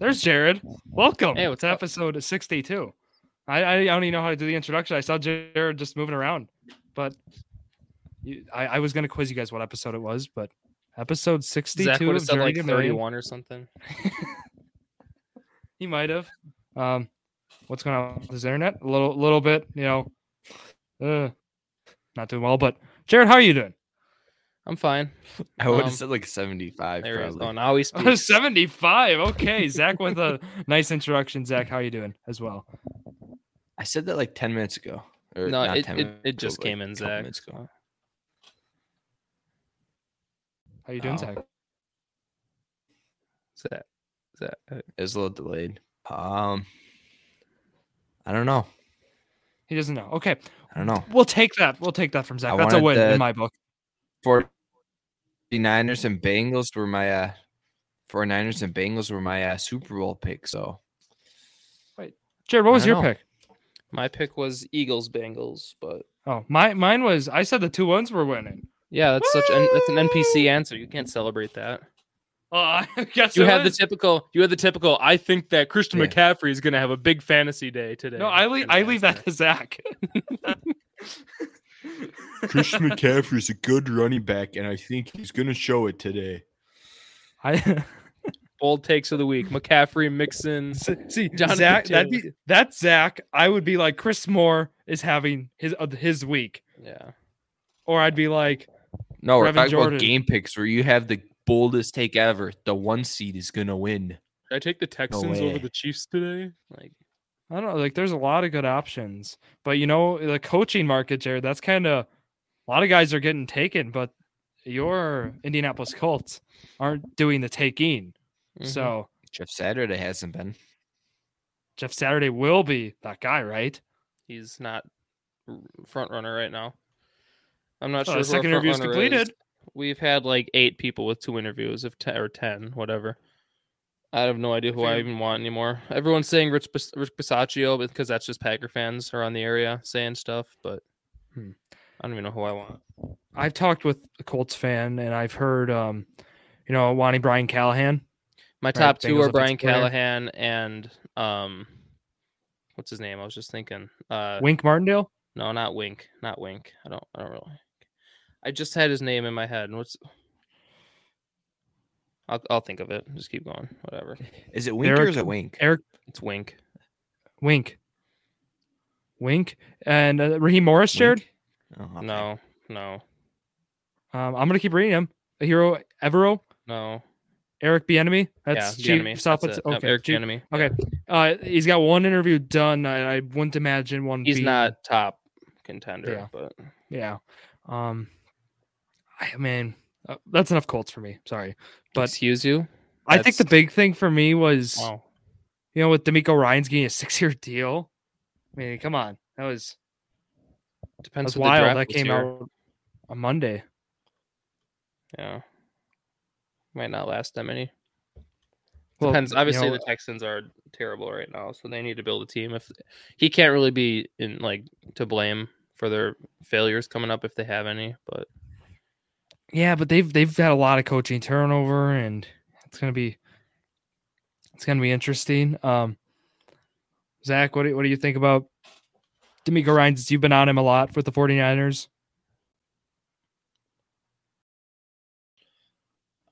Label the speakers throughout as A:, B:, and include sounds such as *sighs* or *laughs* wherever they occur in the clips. A: There's Jared. Welcome.
B: Hey,
A: Hey,
B: what's
A: what's
B: up?
A: episode 62? I, I I don't even know how to do the introduction. I saw Jared just moving around, but you, I, I was gonna quiz you guys what episode it was, but episode 62
B: Zach would have
A: of
B: said
A: Journey
B: like
A: to Million.
B: 31 or something.
A: He might have. Um, what's going on with his internet? A little little bit, you know, uh, not doing well. But Jared, how are you doing? *laughs*
B: I'm fine.
C: I would
B: Um,
C: have said like 75.
B: There he is.
C: probably.
B: Oh,
A: *laughs*
B: now he speaks.
A: 75. Okay, Zach with
B: *laughs*
A: a nice introduction. Zach, how you doing as well?
C: I said that like 10 minutes ago. Or
B: no,
C: not
B: it,
C: 10
B: it,
C: minutes
B: it
C: ago,
B: just
C: but, like,
B: came in,
C: a couple
B: Zach.
C: minutes ago.
A: How you doing,
C: Oh.
A: Zach?
B: Zach. Zach. uh,
C: It was a little delayed. Um, I don't know.
A: He doesn't know. Okay,
C: I don't know.
A: We'll take that. We'll take that from Zach.
C: I
A: That's a
C: wanted
A: win
C: the-
A: in my book.
C: 49ers and Bengals were my uh 49ers and Bengals were my uh, Super Bowl pick. So
A: Jared, what
C: I
A: was your
C: don't know.
A: pick?
B: My pick was Eagles Bengals, but
A: Oh, my mine was. I said the two ones were winning.
B: yeah, that's such an that's an NPC answer. You can't celebrate that.
A: Oh, *laughs* I guess
B: You
A: it
B: had the
A: was.
B: typical. You had the typical. I think that Christian
C: Yeah.
B: McCaffrey is going to have a big fantasy day today.
A: No, I leave.
B: kinda
A: I leave
B: answer.
A: that to Zach.
C: Christian McCaffrey is a good running back, and I think he's going to show it today.
A: *laughs*
B: *laughs*
A: I
B: Bold takes of the week: McCaffrey, Mixon.
A: *laughs* see
B: Jonathan
A: Zach. That
B: Taylor.
A: be that's Zach. I would be like Chris Moore is having his uh, his week,
B: Yeah,
A: or I'd be like,
C: No, we're
A: Brevin
C: talking
A: Jordan.
C: about game picks where you have the boldest take ever. The one seed is going to win.
B: Should I take the Texans over
C: way.
B: the Chiefs today. Like,
A: I don't know. Like, there's a lot of good options, but you know, the coaching market, Jared. That's kind of a lot of guys are getting taken, but your Indianapolis Colts aren't doing the taking.
C: Mm-hmm.
B: mhm.
A: So
C: Jeff Saturday hasn't been.
A: Jeff Saturday will be that guy, right?
B: he's not r- front runner right now. I'm not
A: Oh, the
B: sure. who our
A: second
B: front
A: interview is
B: runner
A: completed.
B: We've had like eight people with two interviews of ten or ten, whatever. I have no idea who I
A: Figured-
B: even want anymore. Everyone's saying Rich, Bis- Rich Bisaccio because that's just Packer fans around the area saying stuff, but
A: Hmm.
B: I don't even know who I want.
A: I've talked with a Colts fan, and I've heard, um, you know, wanting Brian Callahan.
B: My
A: Right,
B: top two
A: Bengals
B: are Brian
A: offensive coordinator.
B: Callahan and um, what's his name? I was just thinking. Uh,
A: Wink Martindale.
B: No, not Wink. Not Wink. I don't. I don't really. I just had his name in my head. and What's? I'll I'll think of it. Just keep going. Whatever.
C: Is it Wink or
A: Eric-
C: is it Wink?
A: Eric
B: It's Wink.
A: Wink. Wink and uh, Raheem Morris, Jared.
C: Wink? Oh, okay.
B: No. No.
A: Um, I'm gonna keep reading him. A hero Evero,
B: No.
A: Eric Bieniemy.
B: yeah.
A: That's
B: the
A: Chief
B: enemy.
A: South-
B: That's it. Yep,
A: okay.
B: Eric
A: Chief-
B: enemy.
A: uh, he's got one interview done. I, I wouldn't imagine one.
B: He's
A: being-
B: not top contender,
A: Yeah.
B: but
A: Yeah. Um, I mean, uh, that's enough Colts for me. Sorry, but
B: excuse you.
A: I think the
B: that's- Oh.
A: big thing for me was.
B: Wow.
A: you know, with D'Amico Ryan's getting a six-year deal. I mean, come on, that was that
B: Depends.
A: was
B: what the
A: wild.
B: draft
A: That
B: was
A: came
B: here.
A: out on Monday.
B: Yeah. Might not last that many.
A: Well,
B: Depends.
A: you
B: Obviously,
A: know,
B: the Texans are terrible right now, so they need to build a team. If he can't really be in like to blame for their failures coming up, if they have any, but
A: yeah, but they've they've had a lot of coaching turnover, and it's gonna be it's gonna be interesting. Um, Zach, what do, what do you think about D'Amico Ryan's? You've been on him a lot with the 49ers.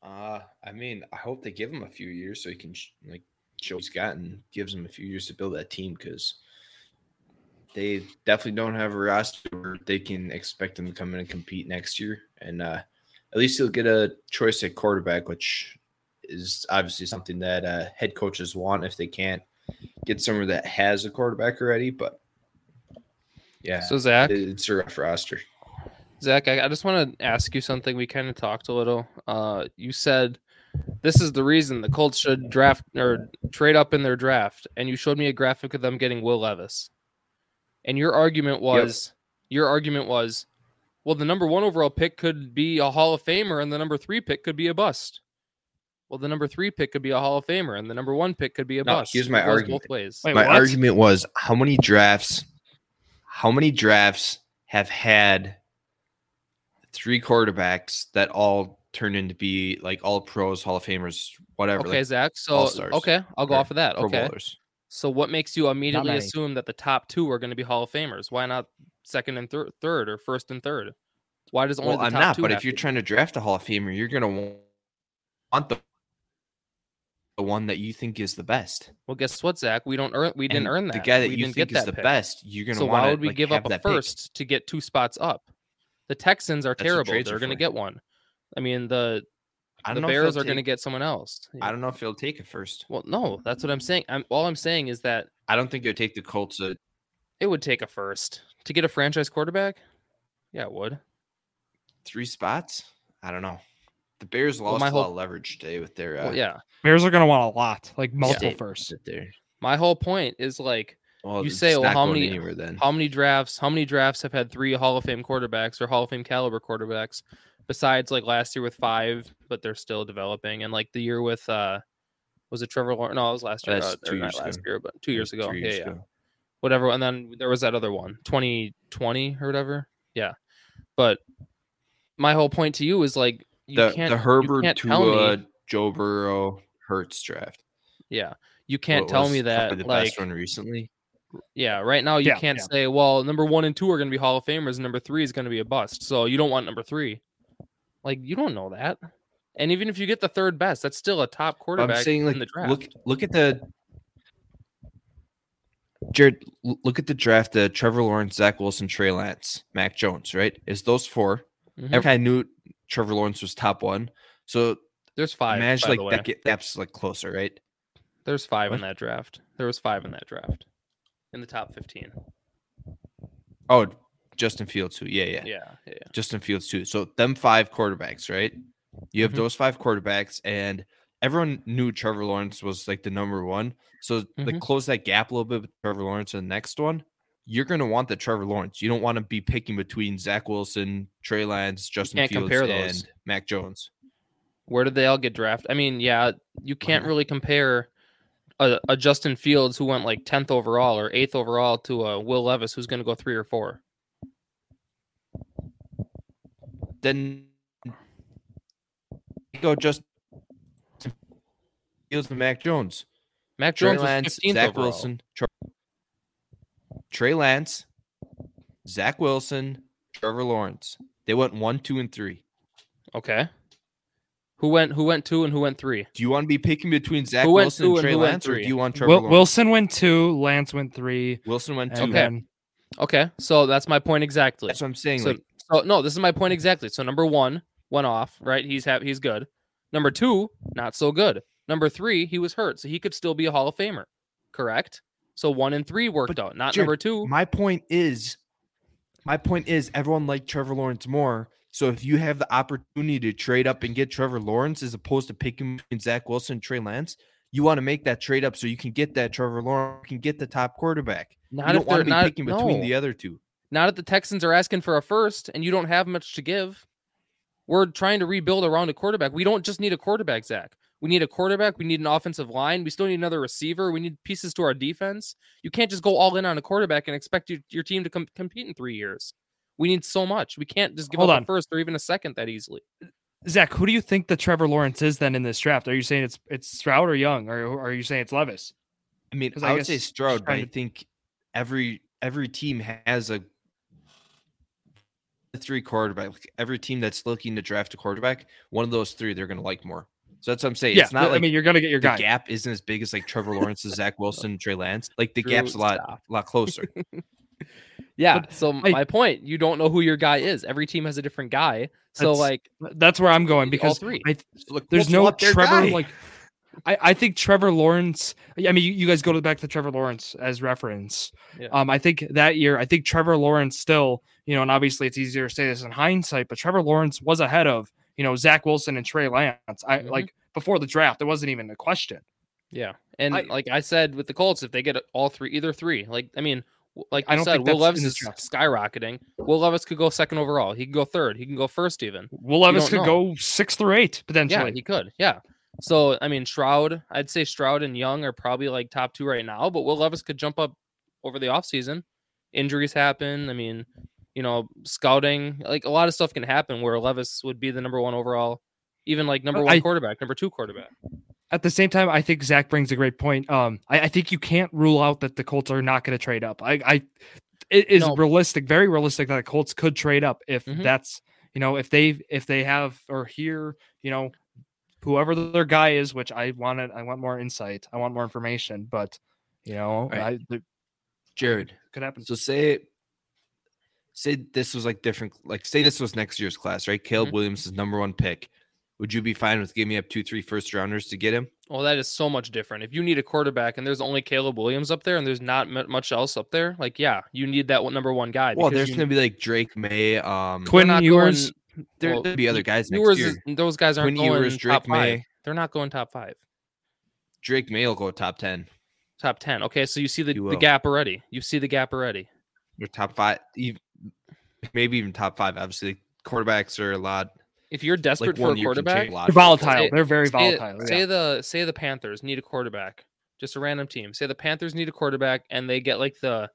C: Uh, I mean, I hope they give him a few years so he can sh- like show what he's gotten. Gives him a few years to build that team because they definitely don't have a roster where they can expect him to come in and compete next year. And uh, at least he'll get a choice at quarterback, which is obviously something that uh, head coaches want if they can't get someone that has a quarterback already. But yeah,
B: so Zach,
C: it- it's a rough roster.
B: Zach, I, I just want to ask you something. We kind of talked a little. Uh, you said this is the reason the Colts should draft or trade up in their draft, and you showed me a graphic of them getting Will Levis. And your argument was, your argument was, well, the number one overall pick could be a Hall of Famer, and the number three pick could be a bust. Well, the number three pick could be a Hall of Famer, and the number one pick could be a
C: No,
B: bust.
C: here's my
B: It goes
C: argument.
B: Both ways.
A: Wait,
C: my
A: what?
C: argument was how many drafts how many drafts have had three quarterbacks that all turn into be like all pros, Hall of Famers, whatever.
B: Okay,
C: like
B: Zach. So
C: All-Stars
B: okay, I'll go
C: or
B: off of that.
C: pro
B: Okay.
C: bowlers.
B: So what makes you immediately
D: many.
B: assume that the top two are going to be Hall of Famers? Why not second and thir- third or first and third? Why does only
C: Well,
B: the
C: I'm
B: top
C: not,
B: two?
C: but
B: have
C: if you're
B: to-
C: trying to draft a Hall of Famer, you're gonna wa- want the the one that you think is the best.
B: well, guess what, Zach? We don't earn. We didn't
C: And
B: earn that.
C: The guy that
B: we
C: you
B: didn't
C: think
B: get
C: is
B: that
C: the
B: pick.
C: best, you're gonna
B: So
C: want
B: why would we give up a
C: that
B: first to get two spots up? The Texans are
C: That's what
B: terrible.
C: trades
B: They're
C: are
B: going to
C: for.
B: get one. I mean, the
C: Pick. I
B: the
C: don't know if
B: Bears
C: they'll
B: are going to
C: take-
B: get someone else.
C: I don't know if he'll take it first.
B: Well, no, that's what I'm saying. I'm all I'm saying is that
C: I don't think he'll take the Colts. uh,
B: it would take a first to get a franchise quarterback. Yeah, it would.
C: three spots. I don't know. The Bears
B: Well,
C: lost
B: my
C: a lot
B: whole-
C: of leverage today with their uh,
B: Well, yeah.
A: Bears are going to want a lot, like multiple
C: Yeah.
A: firsts.
C: sit there.
B: My whole point is like
C: Well,
B: You
C: it's
B: say, well,
C: not
B: how
C: going
B: many-
C: anywhere then?
B: how many drafts? How many drafts have had three Hall of Fame quarterbacks or Hall of Fame caliber quarterbacks? Besides, like last year with five, but they're still developing, and like the year with uh, was it Trevor Lawrence? No, it was last year.
C: That's
B: uh, or
C: two
B: not
C: years
B: last
C: ago.
B: year, but two years ago.
C: Three
B: yeah, yeah. whatever. And then there was that other one, 2020 or whatever. Yeah. But my whole point to you is like, you
C: The
B: can't,
C: the
B: you
C: Herbert
B: can't tell
C: Tua,
B: me,
C: Joe Burrow, Hurts draft.
B: yeah, you can't
C: What
B: tell
C: was
B: me
C: probably
B: that,
C: the
B: like,
C: best one recently.
B: yeah, right now you
A: Yeah,
B: can't
A: yeah.
B: say, well, number one and two are going to be Hall of Famers, and number three is going to be a bust. So you don't want number three. Like, you don't know that. And even if you get the third best, that's still a top
C: But
B: quarterback
C: I'm saying like
B: in the draft.
C: look look at the Jared, l- look at the draft. The Trevor Lawrence, Zach Wilson, Trey Lance, Mac Jones. Right? Is those 4
B: Mhm.
C: Every I knew Trevor Lawrence was top one. So
B: There's five.
C: imagine
B: by
C: like
B: the way.
C: that get, that's like closer, right?
B: There's five in
C: What?
B: that draft. There was five in that draft in the top 15.
C: Oh, Justin Fields too. Yeah, yeah,
B: Yeah. yeah.
C: Justin Fields too. So them five quarterbacks, right? You have
B: Mhm.
C: those five quarterbacks, and everyone knew Trevor Lawrence was like the number one. So
B: Mhm.
C: like close that gap a little bit with Trevor Lawrence and the next one. You're gonna want the Trevor Lawrence. You don't want to be picking between Zach Wilson, Trey Lance, Justin
B: can't
C: Fields,
B: compare those.
C: and Mac Jones.
B: Where did they all get drafted? I mean, yeah, you can't
C: Mhm.
B: really compare a, a Justin Fields who went like 10th overall or 8th overall to a Will Levis who's going to go 3 or 4.
C: Then you go Justin Fields and Mac Jones.
B: Mac
C: Trey
B: Jones
C: Lance,
B: was 15th
C: Zach
B: overall.
C: Wilson, Tre- Trey Lance, Zach Wilson, Trevor Lawrence. They went one, two, and three.
B: Okay. Who went who went 2 and who went 3?
C: Do you want to be picking between Zach
B: Who went
C: Wilson
B: two and
C: and Trey
B: who went
C: Lance, or
B: three?
C: do you want Trevor
A: Wil-
C: Lawrence?
A: Wilson went two, Lance went three.
C: Wilson went two.
A: And
B: Okay.
A: then
B: Okay. So that's my point exactly.
C: That's what I'm saying.
B: So,
C: like,
B: so no, this is my point exactly. So number one went off, right? He's happy, he's good. Number two, not so good. Number three, he was hurt, so he could still be a Hall of Famer, correct? So one and three worked out, not
C: Jared,
B: number two.
C: my point is, my point is, everyone liked Trevor Lawrence more. So if you have the opportunity to trade up and get Trevor Lawrence as opposed to picking between Zach Wilson and Trey Lance, you want to make that trade up so you can get that Trevor Lawrence, you can get the top quarterback.
B: Not
C: you
B: if
C: don't want
B: they're
C: to be
B: not
C: picking between
B: no.
C: the other two.
B: Not if the Texans are asking for a first, and you don't have much to give. We're trying to rebuild around a quarterback. We don't just need a quarterback, Zach. We need a quarterback. We need an offensive line. We still need another receiver. We need pieces to our defense. You can't just go all in on a quarterback and expect your, your team to com- compete in three years. We need so much. We can't just give
A: Hold
B: up
A: on.
B: a first or even a second that easily.
A: Zach, who do you think the Trevor Lawrence is then in this draft? Are you saying it's it's Stroud or Young, or or are you saying it's Levis?
C: I mean,
A: 'Cause
C: I,
A: I
C: would say
A: guess
C: Stroud, but
A: trying
C: I
A: to-
C: think every every team has a three quarterback. Like every team that's looking to draft a quarterback, one of those three they're going to like more. So that's what I'm saying. it's not
A: I
C: like
A: mean you're gonna get your
C: the
A: guy.
C: gap isn't as big as like Trevor
B: *laughs*
C: Lawrence, Zach Wilson, Trey Lance. Like the gap's a
B: Drew,
C: lot
B: stop.
C: a
B: *laughs*
C: lot closer.
B: Yeah. so
A: I-
B: my point, you don't know who your guy is. Every team has a different guy. So
A: That's-
B: like
A: That's where I'm going
B: all
A: because
B: three.
A: I th-
C: So, like,
A: there's
C: Colts
A: no
C: want their
A: Trevor
C: guy.
A: like. I, I think Trevor Lawrence. I mean, you, you guys go to back to Trevor Lawrence as reference.
B: Yeah.
A: Um, I think that year, I think Trevor Lawrence still, you know, and obviously it's easier to say this in hindsight, but Trevor Lawrence was ahead of you know Zach Wilson and Trey Lance. I
C: Mm-hmm.
B: Mhm.
A: like before the draft, it wasn't even a question.
B: Yeah, and
A: I-
B: like I said with the Colts, if they get all three, either three, like I mean, w- like
A: I
B: I
A: don't
B: said,
A: think
B: Will
A: that's
B: Levis
A: in
B: is
A: the draft.
B: skyrocketing. Will Levis could go second overall. He can go third. He can go first even.
A: Will Levis could
B: don't
A: go six through eight potentially.
B: Yeah, he could. Yeah. So I mean, Shroud, I'd say Shroud and Young are probably like top two right now, but Will Levis could jump up over the offseason. Injuries happen. I mean, you know, scouting, like a lot of stuff can happen where Levis would be the number one overall Even like number
A: But
B: one
A: Uh, I-
B: quarterback, number two quarterback.
A: At the same time, I think Zach brings a great point. Um, I, I think you can't rule out that the Colts are not going to trade up. I, I it is
B: No.
A: realistic, very realistic that the Colts could trade up if
B: Mhm.
A: that's you know if they if they have or hear you know whoever their guy is, which I wanted, I want more insight, I want more information, but you know,
C: Right.
A: I, it
C: Jared.
A: could happen.
C: So say say this was like different like say this was next year's class, right? Caleb
B: Mhm.
C: Williams is number one pick. Would you be fine with giving up two, three first rounders to get him?
B: Well, that is so much different. If you need a quarterback and there's only Caleb Williams up there and there's not mu- much else up there, like yeah, you need that one, number one guy.
C: Well,
B: because
C: there's
B: you-
C: gonna be like Drake May, um
A: Quinn
B: not
A: Ewers,
B: going-
C: there,
B: well,
C: will be other guys next
B: Ewers
C: year.
B: is- those guys aren't
C: Quinn
B: going
C: Ewers,
B: top
C: Drake
B: five.
C: May.
B: They're not going top five,
C: Drake May will go top ten
B: top ten. Okay, so you see the, the
C: You will.
B: gap already. You see the gap already.
C: or top five, even, maybe even top five. Obviously, quarterbacks are a lot
B: If you're desperate
C: like
B: for
C: one
B: a
C: year can
B: quarterback,
C: change a lot.
A: They're
C: for a quarterback.
A: volatile.
B: Say-
A: They're very
B: Say-
A: volatile.
B: Say,
A: yeah.
B: the say the Panthers need a quarterback, just a random team. Say the Panthers need a quarterback, and they get like the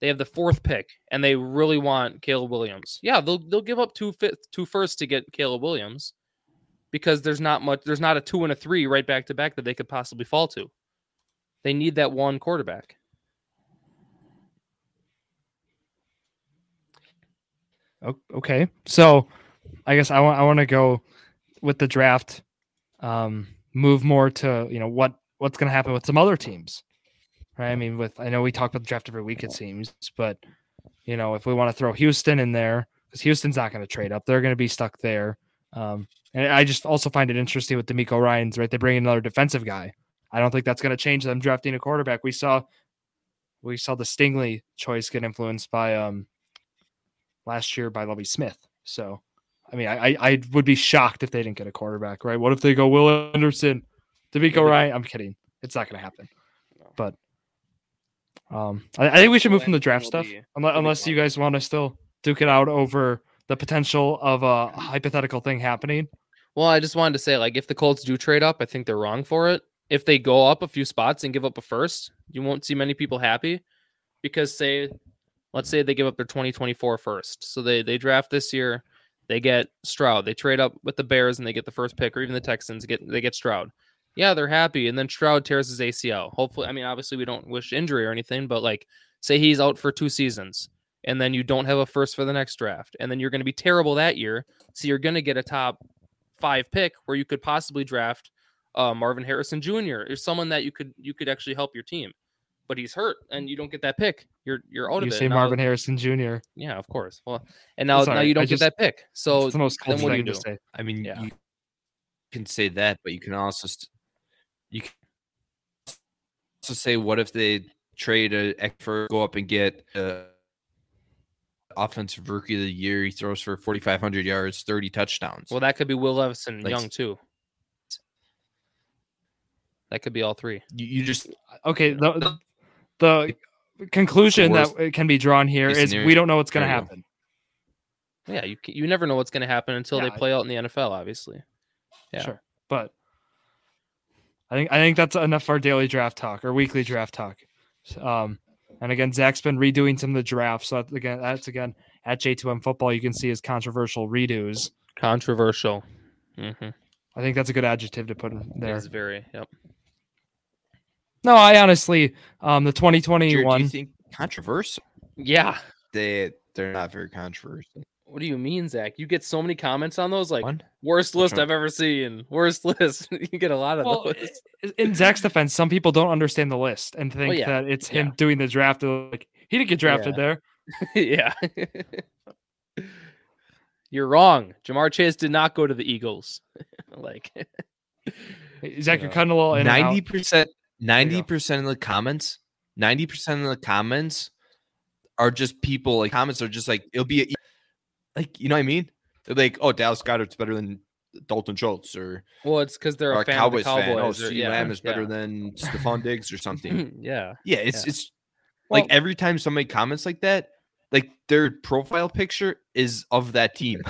B: they have the fourth pick, and they really want Caleb Williams. Yeah, they'll they'll give up two fi- two firsts to get Caleb Williams, because there's not much. There's not a two and a three right back to back that they could possibly fall to. They need that one quarterback.
A: O- Okay. So I guess I want I want to go with the draft um move more to, you know, what what's going to happen with some other teams. Right? I mean with I know we talk about the draft every week it seems, but you know, if we want to throw Houston in there cuz Houston's not going to trade up. They're going to be stuck there. Um and I just also find it interesting with D'Amico Ryan's, right? They bring in another defensive guy. I don't think that's going to change them drafting a quarterback. We saw we saw the Stingley choice get influenced by um last year by Lovey Smith. So, I mean, I, I I would be shocked if they didn't get a quarterback, right? What if they go Will Anderson, D'Amico
B: Yeah.
A: Ryan? I'm kidding. It's not going to happen. But um, I, I think we should
B: Will
A: move from the draft
B: Anderson will
A: stuff, unless,
B: be- be
A: unless you
B: gone.
A: guys want to still duke it out over the potential of a hypothetical thing happening.
B: Well, I just wanted to say, like, if the Colts do trade up, I think they're wrong for it. If they go up a few spots and give up a first, you won't see many people happy because, say, let's say they give up their 2024 first. So they, they draft this year, they get Stroud. They trade up with the Bears and they get the first pick, or even the Texans get they get Stroud. Yeah, they're happy. And then Stroud tears his ACL. Hopefully, I mean, obviously, we don't wish injury or anything, but like, say he's out for two seasons and then you don't have a first for the next draft. And then you're going to be terrible that year. So you're going to get a top five pick where you could possibly draft uh, Marvin Harrison Jr. or someone that you could you could actually help your team. But he's hurt, and you don't get that pick. You're you're out
A: You
B: of it.
A: say
B: Now-
A: Marvin Harrison Jr.
B: Yeah, of course. Well, and now now
A: sorry,
B: you
A: I
B: don't get
A: just-
B: that pick. So
A: it's the most
B: Oh, then
A: Colts
B: what do
A: thing to
B: you do?
A: say.
C: I mean,
B: Yeah.
C: you can say that, but you can also st- you can also say, what if they trade a ex- for go up and get a offensive rookie of the year? He throws for forty five hundred yards, thirty touchdowns.
B: well, that could be Will Levinson
C: Like-
B: Young too. That could be all three.
C: you, you just
A: Okay, the, the conclusion
C: worst
A: that can be drawn here
C: case
A: is
C: scenario-
A: we don't know what's going to
C: scenario.
A: happen.
B: Yeah, you ca- you never know what's going to happen until
A: Yeah,
B: they
A: I-
B: play out in the NFL. Obviously, Yeah.
A: Sure. But I think I think that's enough for our daily draft talk or weekly draft talk. Um, and again, Zach's been redoing some of the drafts. So that's again, that's again at J2M Football. You can see his controversial redos.
B: controversial. Mm-hmm.
A: I think that's a good adjective to put in there.
B: It's very yep.
A: No, I honestly, um, the
C: Jared, do you
A: 2021.
C: think controversial?
B: Yeah.
C: They they're not very controversial.
B: What do you mean, Zach? You get so many comments on those, like
C: One? Mm-hmm.
B: worst
C: Which
B: list
C: one?
B: I've ever seen. Worst *laughs* list. you get a lot of
A: Well,
B: those.
A: i- in Zach's defense, some people don't understand the list and think
B: yeah,
A: that it's him
B: yeah.
A: doing the draft. They're Like he didn't get drafted there.
B: *laughs* yeah. You're wrong. Jamar Chase did not go to the Eagles. *laughs* like
A: Zach, you're
B: Yeah.
A: cutting a little in. and out.
C: Ninety percent,
A: you
C: ninety
A: go.
C: percent of the comments, ninety percent of the comments are just people. Like comments are just like it'll be, a, e, like you know what I mean? They're like, oh, Dallas Goddard's better than Dalton Schultz or,
B: well, it's because they're
C: or
B: a
C: a
B: fan
C: Cowboys,
B: of the
C: fan. Oh,
B: Cowboys. or-
C: CeeDee
B: yeah,
C: Lamb is better
B: yeah.
C: than Stephon Diggs
B: *laughs*
C: or something.
B: yeah.
C: yeah, it's
B: Yeah.
C: it's
A: Well-
C: like every time somebody comments like that, like their profile picture is of that team.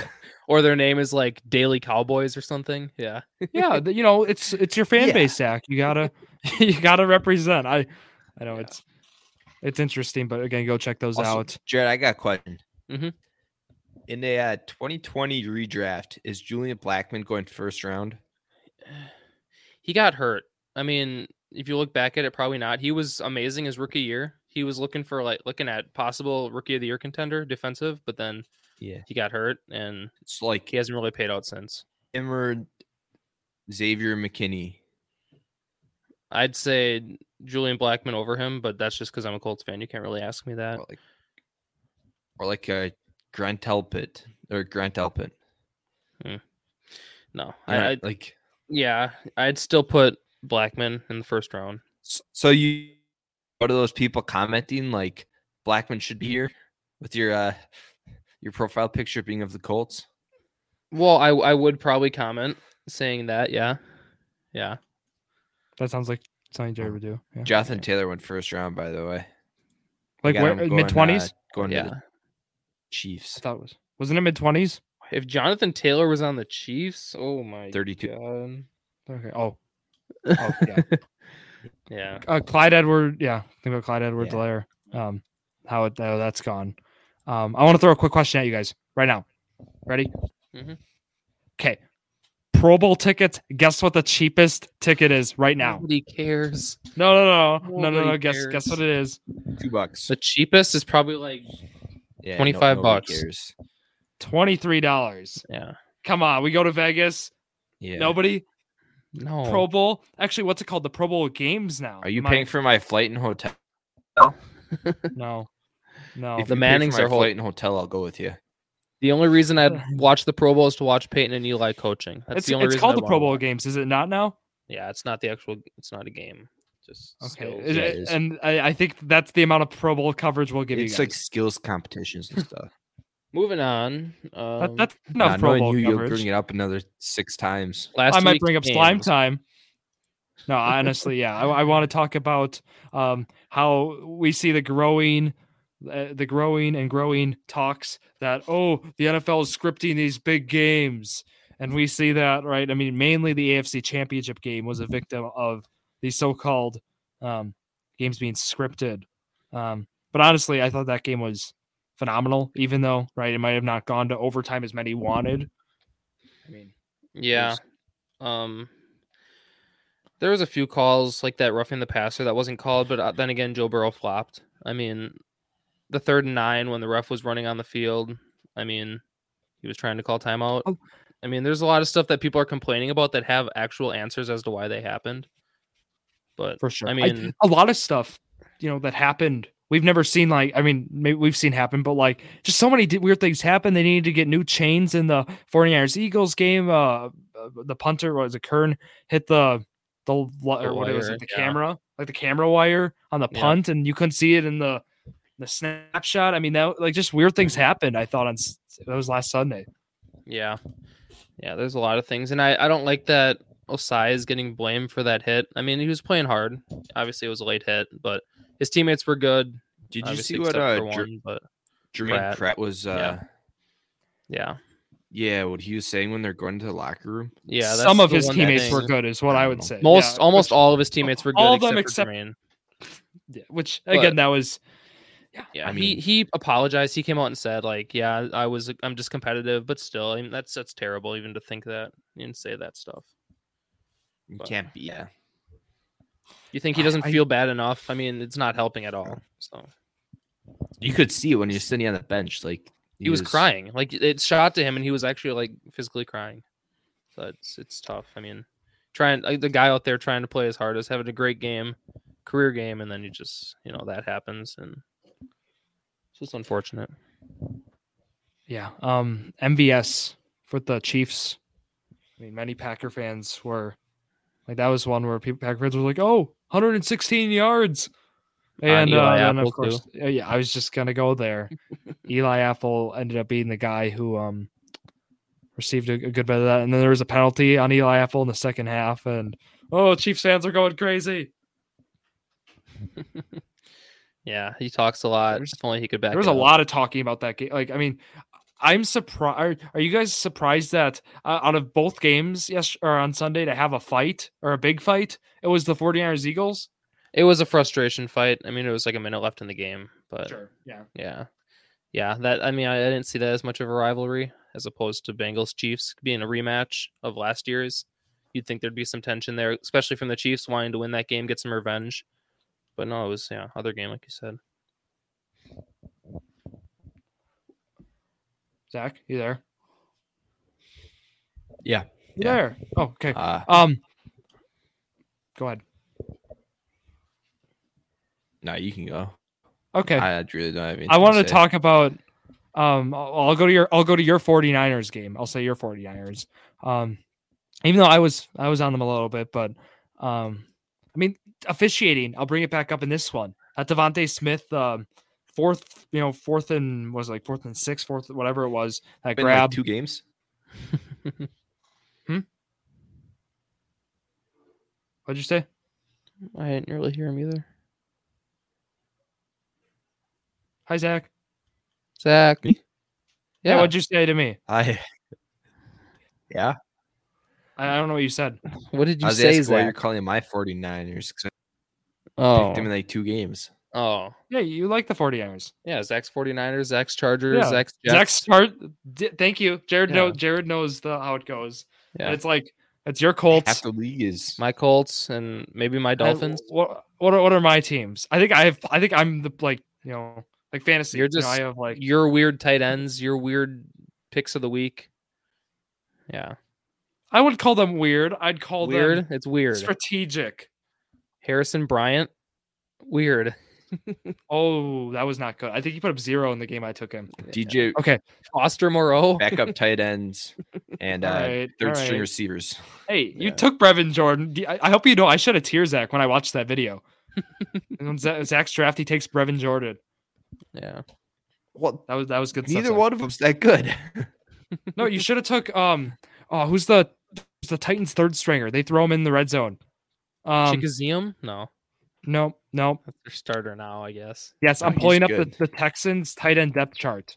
B: Or their name is like Daily Cowboys or something. Yeah.
A: yeah th- you know it's it's your fan
C: Yeah.
A: base zach you
C: *laughs*
A: gotta *laughs* you gotta represent i i know
B: Yeah.
A: it's it's interesting but again go check those
C: Also,
A: out
C: Jared, I got a question.
B: Mhm.
C: in the uh, 2020 redraft, is Julian Blackman going first round?
B: He got hurt. I mean, if you look back at it, probably not. He was amazing his rookie year. He was looking for like looking at possible rookie of the year contender, defensive, but then
C: Yeah,
B: he got hurt and
C: it's like
B: he hasn't really paid out since.
C: him or Xavier McKinney.
B: I'd say Julian Blackman over him, but that's just because I'm a Colts fan. You can't really ask me that.
C: Or like, or like a Grant Elpit or Grant Elpit.
B: No,
C: You know,
B: I, I
C: like
B: yeah, I'd still put Blackman in the first round.
C: s- so you what are those people commenting like Blackman should be here with your uh your profile picture being of the Colts?
B: Well, I I would probably comment saying that. Yeah, yeah.
A: That sounds like something Jerry would do. Yeah.
C: Jonathan Taylor went first round, by the way. I
A: like
C: got
A: where
C: him going,
A: mid twenties?
C: uh, going to
B: Yeah.
C: the Chiefs.
A: I thought it was wasn't it mid twenties?
B: If Jonathan Taylor was on the Chiefs, oh my
C: 32.
B: God.
A: Okay. Oh,
B: Oh,
A: yeah.
B: yeah.
A: uh, Clyde Edward. Yeah, think about Clyde Edward
C: Yeah.
A: Delaire. Um, how it how that's gone. Um, I want to throw a quick question at you guys right now. Ready?
B: Mhm.
A: Okay. Pro Bowl tickets. Guess what the cheapest ticket is right now?
B: Nobody cares.
A: No, no, no, no, no,
B: Nobody
A: no. Guess guess what it is.
C: Two bucks.
B: The cheapest is probably like
C: Yeah,
B: 25
C: nobody
B: bucks.
C: cares.
A: Twenty three dollars.
B: yeah.
A: Come on, we go to Vegas.
C: Yeah.
A: Nobody
B: No.
A: Pro Bowl. Actually, what's it called? The Pro Bowl games now.
C: Are you
A: Am I-
C: paying for my flight and hotel?
A: No, no.
B: The
C: If you pay for
B: Mannings
C: my
B: are whole-
C: flight and hotel. I'll go with you.
B: the only
A: *sighs*
B: reason I'd watch the Pro Bowl is to watch Peyton and Eli coaching. That's
A: it's
B: the only
A: it's
B: reason
A: called
B: I'd
A: the Pro
B: wanna
A: Bowl
B: watch.
A: games, is it not now?
B: Yeah, it's not the actual. It's not a game. Just
A: Okay,
B: skills.
A: Is
C: yeah,
A: it-
C: it is.
A: and I, I think that's the amount of Pro Bowl coverage we'll give
C: it's
A: you
C: like
A: guys.
C: skills competitions and stuff.
B: Moving on. Um,
A: That- that's enough
C: Nah,
A: Pro
C: knowing
A: Bowl
C: you, you'll
A: coverage.
C: bring it up another six times.
B: last
A: I might
B: week's
A: bring up slime
B: games.
A: time. No, honestly, yeah, I, I want to talk about um, how we see the growing, uh, the growing and growing talks that oh, the NFL is scripting these big games, and we see that right. I mean, mainly the AFC Championship game was a victim of these so-called um, games being scripted. Um, but honestly, I thought that game was phenomenal, even though right it might have not gone to overtime as many wanted. I mean,
B: Yeah. Um there was a few calls like that roughing the passer that wasn't called, but uh, then again Joe Burrow flopped. I mean, the third and 9 when the ref was running on the field, I mean, he was trying to call timeout.
A: Oh.
B: I mean, there's a lot of stuff that people are complaining about that have actual answers as to why they happened. But
A: for sure.
B: I
A: I
B: mean-
A: mean, a lot of stuff, you know, that happened. We've never seen like, I mean, maybe we've seen happen, but like, just so many di- weird things happen. They needed to get new chains in the 49ers Eagles game. Uh, uh, the punter what was it Kern hit the the li- or what it was
B: wire,
A: it, the
B: yeah.
A: camera, like the camera wire on the
B: Yeah.
A: punt, and you couldn't see it in the the snapshot. I mean, that like just weird
B: Mm-hmm.
A: things happened. I thought on s- that was last Sunday.
B: yeah. Yeah, there's a lot of things and I I don't like that Osai is getting blamed for that hit. I mean, he was playing hard. Obviously, it was a late hit, but his teammates were good.
C: Did you
B: obviously,
C: see what
B: except
C: uh,
B: for
C: Jer-
B: one, but
C: Jermaine
B: Pratt.
C: Pratt, was? Uh,
B: yeah,
C: yeah. what he was saying when they're going to the locker room.
B: yeah. That's
A: some of
B: the
A: his
B: one
A: teammates
B: thing.
A: were good, is what I would say.
C: Phenomenal.
B: Most,
A: Yeah,
B: almost
A: which-
B: all of his teammates were good.
A: all of them
B: except, for Jermaine.
A: yeah, which
B: but-
A: again, that was
B: Yeah,
C: I
B: he
C: mean-
B: he apologized. He came out and said like, yeah, I was, I'm just competitive, but still, I mean, that's that's terrible even to think that and say that stuff.
C: You
B: But-
C: can't be. Yeah.
B: You think he
A: I-
B: doesn't
A: I-
B: feel bad enough? I mean, it's not helping at all. So
C: You could see it when you're sitting on the bench, like
B: he was crying. Like it shot to him, and he was actually like physically crying. So it's it's tough. I mean, trying like the guy out there trying to play his hardest, having a great game, career game, and then you just you know that happens, and it's just unfortunate.
A: Yeah. Um MVS for the Chiefs. I mean, many Packer fans were like that was one where people Packer fans were like, "Oh, 116 yards."
B: On
A: And uh,
B: Eli
A: then,
B: Apple,
A: of course, uh, yeah, I was just gonna go
B: *laughs*
A: there. Eli Apple ended up being the guy who um received a, a good bit of that, and then there was a penalty on Eli Apple in the second half, and oh, Chiefs fans are going crazy.
B: Yeah, he talks a lot.
A: There's-
B: if only he could back.
A: There was
B: it
A: a
B: up.
A: lot of talking about that game. Like, I mean, I'm surprised. Are, are you guys surprised that uh, out of both games, yes, or on Sunday, to have a fight or a big fight, it was the 49ers Eagles?
B: It was a frustration fight. I mean, it was like a minute left in the game, but
A: Sure. Yeah.
B: yeah, Yeah, that I mean, I, I didn't see that as much of a rivalry as opposed to Bengals Chiefs being a rematch of last year's. You'd think there'd be some tension there, especially from the Chiefs wanting to win that game, get some revenge. But no, it was yeah, other game like you said.
A: Zach, you there?
C: Yeah.
A: You
C: Yeah.
A: there? Oh, okay.
C: Uh,
A: Um, go ahead.
C: no, you can go.
A: Okay.
C: I really don't have anything
A: I want to
C: say.
A: talk about um I'll, I'll go to your I'll go to your 49ers game. I'll say your 49ers. Um even though I was I was on them a little bit, but um I mean officiating, I'll bring it back up in this one. That Devontae Smith um fourth, you know, fourth and was it like fourth and six, fourth whatever it was, that
C: Been, like,
A: grab.
C: two games.
A: What'd you say?
B: I didn't really hear him either.
A: Hi Zach.
B: Zach.
C: Me?
A: Yeah,
B: Yeah.
A: what'd you say to me?
C: I yeah.
A: I, I don't know what you said.
B: what did you
C: I was
B: say,
C: asking why you're
B: Zach?
C: calling my 49ers because I
B: Oh,
C: picked them in like two games.
B: oh,
A: Yeah, you like the 49ers.
B: yeah. Zach's 49ers, Zach's Chargers,
A: Yeah.
B: Zach's Jets.
A: Zach start d- thank you. Jared
B: Yeah.
A: knows Jared knows the how it goes. And
B: yeah.
A: It's like it's your Colts.
C: Half the league is
B: My Colts and maybe my
A: and
B: Dolphins.
A: What what are, what are my teams? I think I have. I think I'm the like you know like fantasy.
B: You're
A: you know,
B: just-
A: I have like
B: your weird tight ends, your weird picks of the week. Yeah.
A: I would call them weird. I'd call
B: weird.
A: them
B: It's weird.
A: strategic.
B: Harrison Bryant. Weird.
A: Oh, that was not good. I think he put up zero in the game I took him.
C: DJ
A: Okay,
B: Foster Moreau.
C: backup tight ends and uh,
A: all right,
C: third
A: all
C: string
A: right.
C: receivers.
A: Hey, you
B: Yeah.
A: took Brevin Jordan. D- I, I hope you know I shed a tear, Zach, when I watched that
B: *laughs*
A: video. And when Za- Zach's draft, he takes Brevin Jordan.
B: Yeah.
C: Well,
A: That was that was good. stuff,
C: neither
A: Zach.
C: one of them's that good.
A: No, you should have took um. Oh, who's the who's the Titans' third stringer? They throw him in the red zone. Um,
B: Chickasium? No.
A: no, no.
B: That's their starter now, I guess.
A: Yes,
C: No,
A: I'm
C: he's
A: pulling up the,
C: good.
A: the Texans tight end depth chart.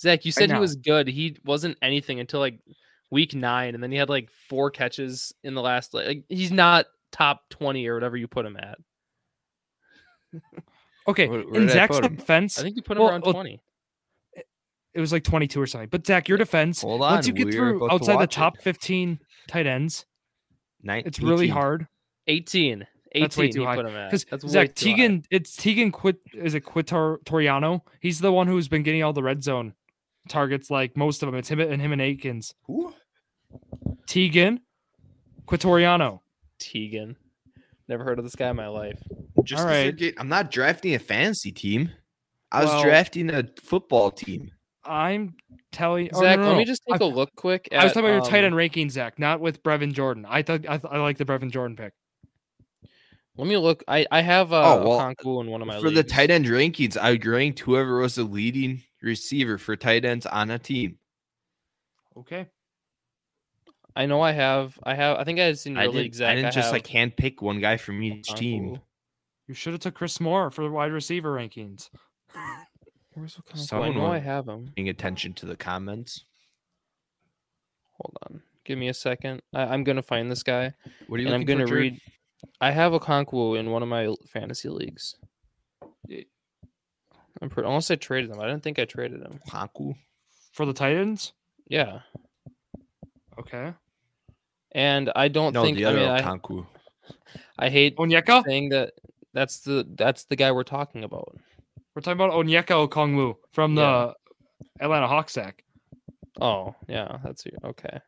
B: Zach, you said
A: now.
B: he was good. He wasn't anything until like week nine, and then he had like four catches in the last like, like he's not top twenty or whatever you put him at.
A: Okay,
C: Where- where
A: in
C: did I
A: Zach's
C: put him?
A: defense,
B: I think you put him
A: Well,
B: around
A: well,
B: twenty.
A: it was like 22 or something. But Zach, your defense,
C: Hold on.
A: once you get
C: we're
A: through
C: about to
A: outside the
C: watch it.
A: top 15 tight ends,
C: Nine-
A: it's really
C: 18.
A: hard.
B: Eighteen.
A: That's way
B: Eighteen
A: too
B: you
A: high.
B: put him at.
A: Because
B: That's way
A: Zach
B: too high.
A: Tegan, it's Tegan Quit. Is it Quitar Toriano? He's the one who's been getting all the red zone targets, like most of them. It's him and him and Aikens.
C: Who?
A: Tegan, Quitoriano.
B: Tegan. Never heard of this guy in my life.
C: Just
A: All
C: 'cause they're
A: right.
C: get- I'm not drafting a fantasy team. I was
A: Well-
C: drafting a football team.
A: I'm telling. oh, no,
B: Zach,
A: no,
B: let me
A: no.
B: just
A: I-
B: take a look quick.
A: I was
B: at,
A: talking about your tight
B: um,
A: end ranking, Zach, not with Brevin Jordan. I thought I, th- I like the Brevin Jordan pick.
B: Let me look. I I have uh,
C: Oh, well,
B: Okonkwo in one of my
C: for the
B: leagues.
C: tight end rankings, I ranked whoever was the leading receiver for tight ends on a team.
A: Okay.
B: I know I have. I have. I think I had seen
C: I
B: your league,
C: didn't, I
B: Zach.
C: didn't just
B: have
C: like hand pick one guy from each team.
B: Okonkwo.
A: You should have took Chris Moore for the wide receiver rankings.
B: Where's Okonkwo? I
C: Someone
B: know I
C: went-
B: have him.
C: Paying attention to the comments.
B: Hold on. Give me a second. I, I'm gonna find this guy,
C: What are you
B: and I'm
C: looking for,
B: gonna
C: Jared?
B: read. I have Okonkwo in one of my l- fantasy leagues.
A: Y-
B: I'm pretty, unless I traded him. I didn't think I traded him.
C: Okonkwo?
A: For the tight ends?
B: Yeah,
A: Okay.
B: and I don't
C: No,
B: think.
C: the
B: I
C: other
B: mean, I,
C: Okonkwo.
B: I hate
C: Oh,
A: Onyeka?
B: saying that. That's the that's the guy we're talking about.
A: We're talking about Onyeka Okongwu from the
B: Yeah.
A: Atlanta Hawks,
B: *laughs*
A: Zach.
B: Oh yeah, that's you. Okay.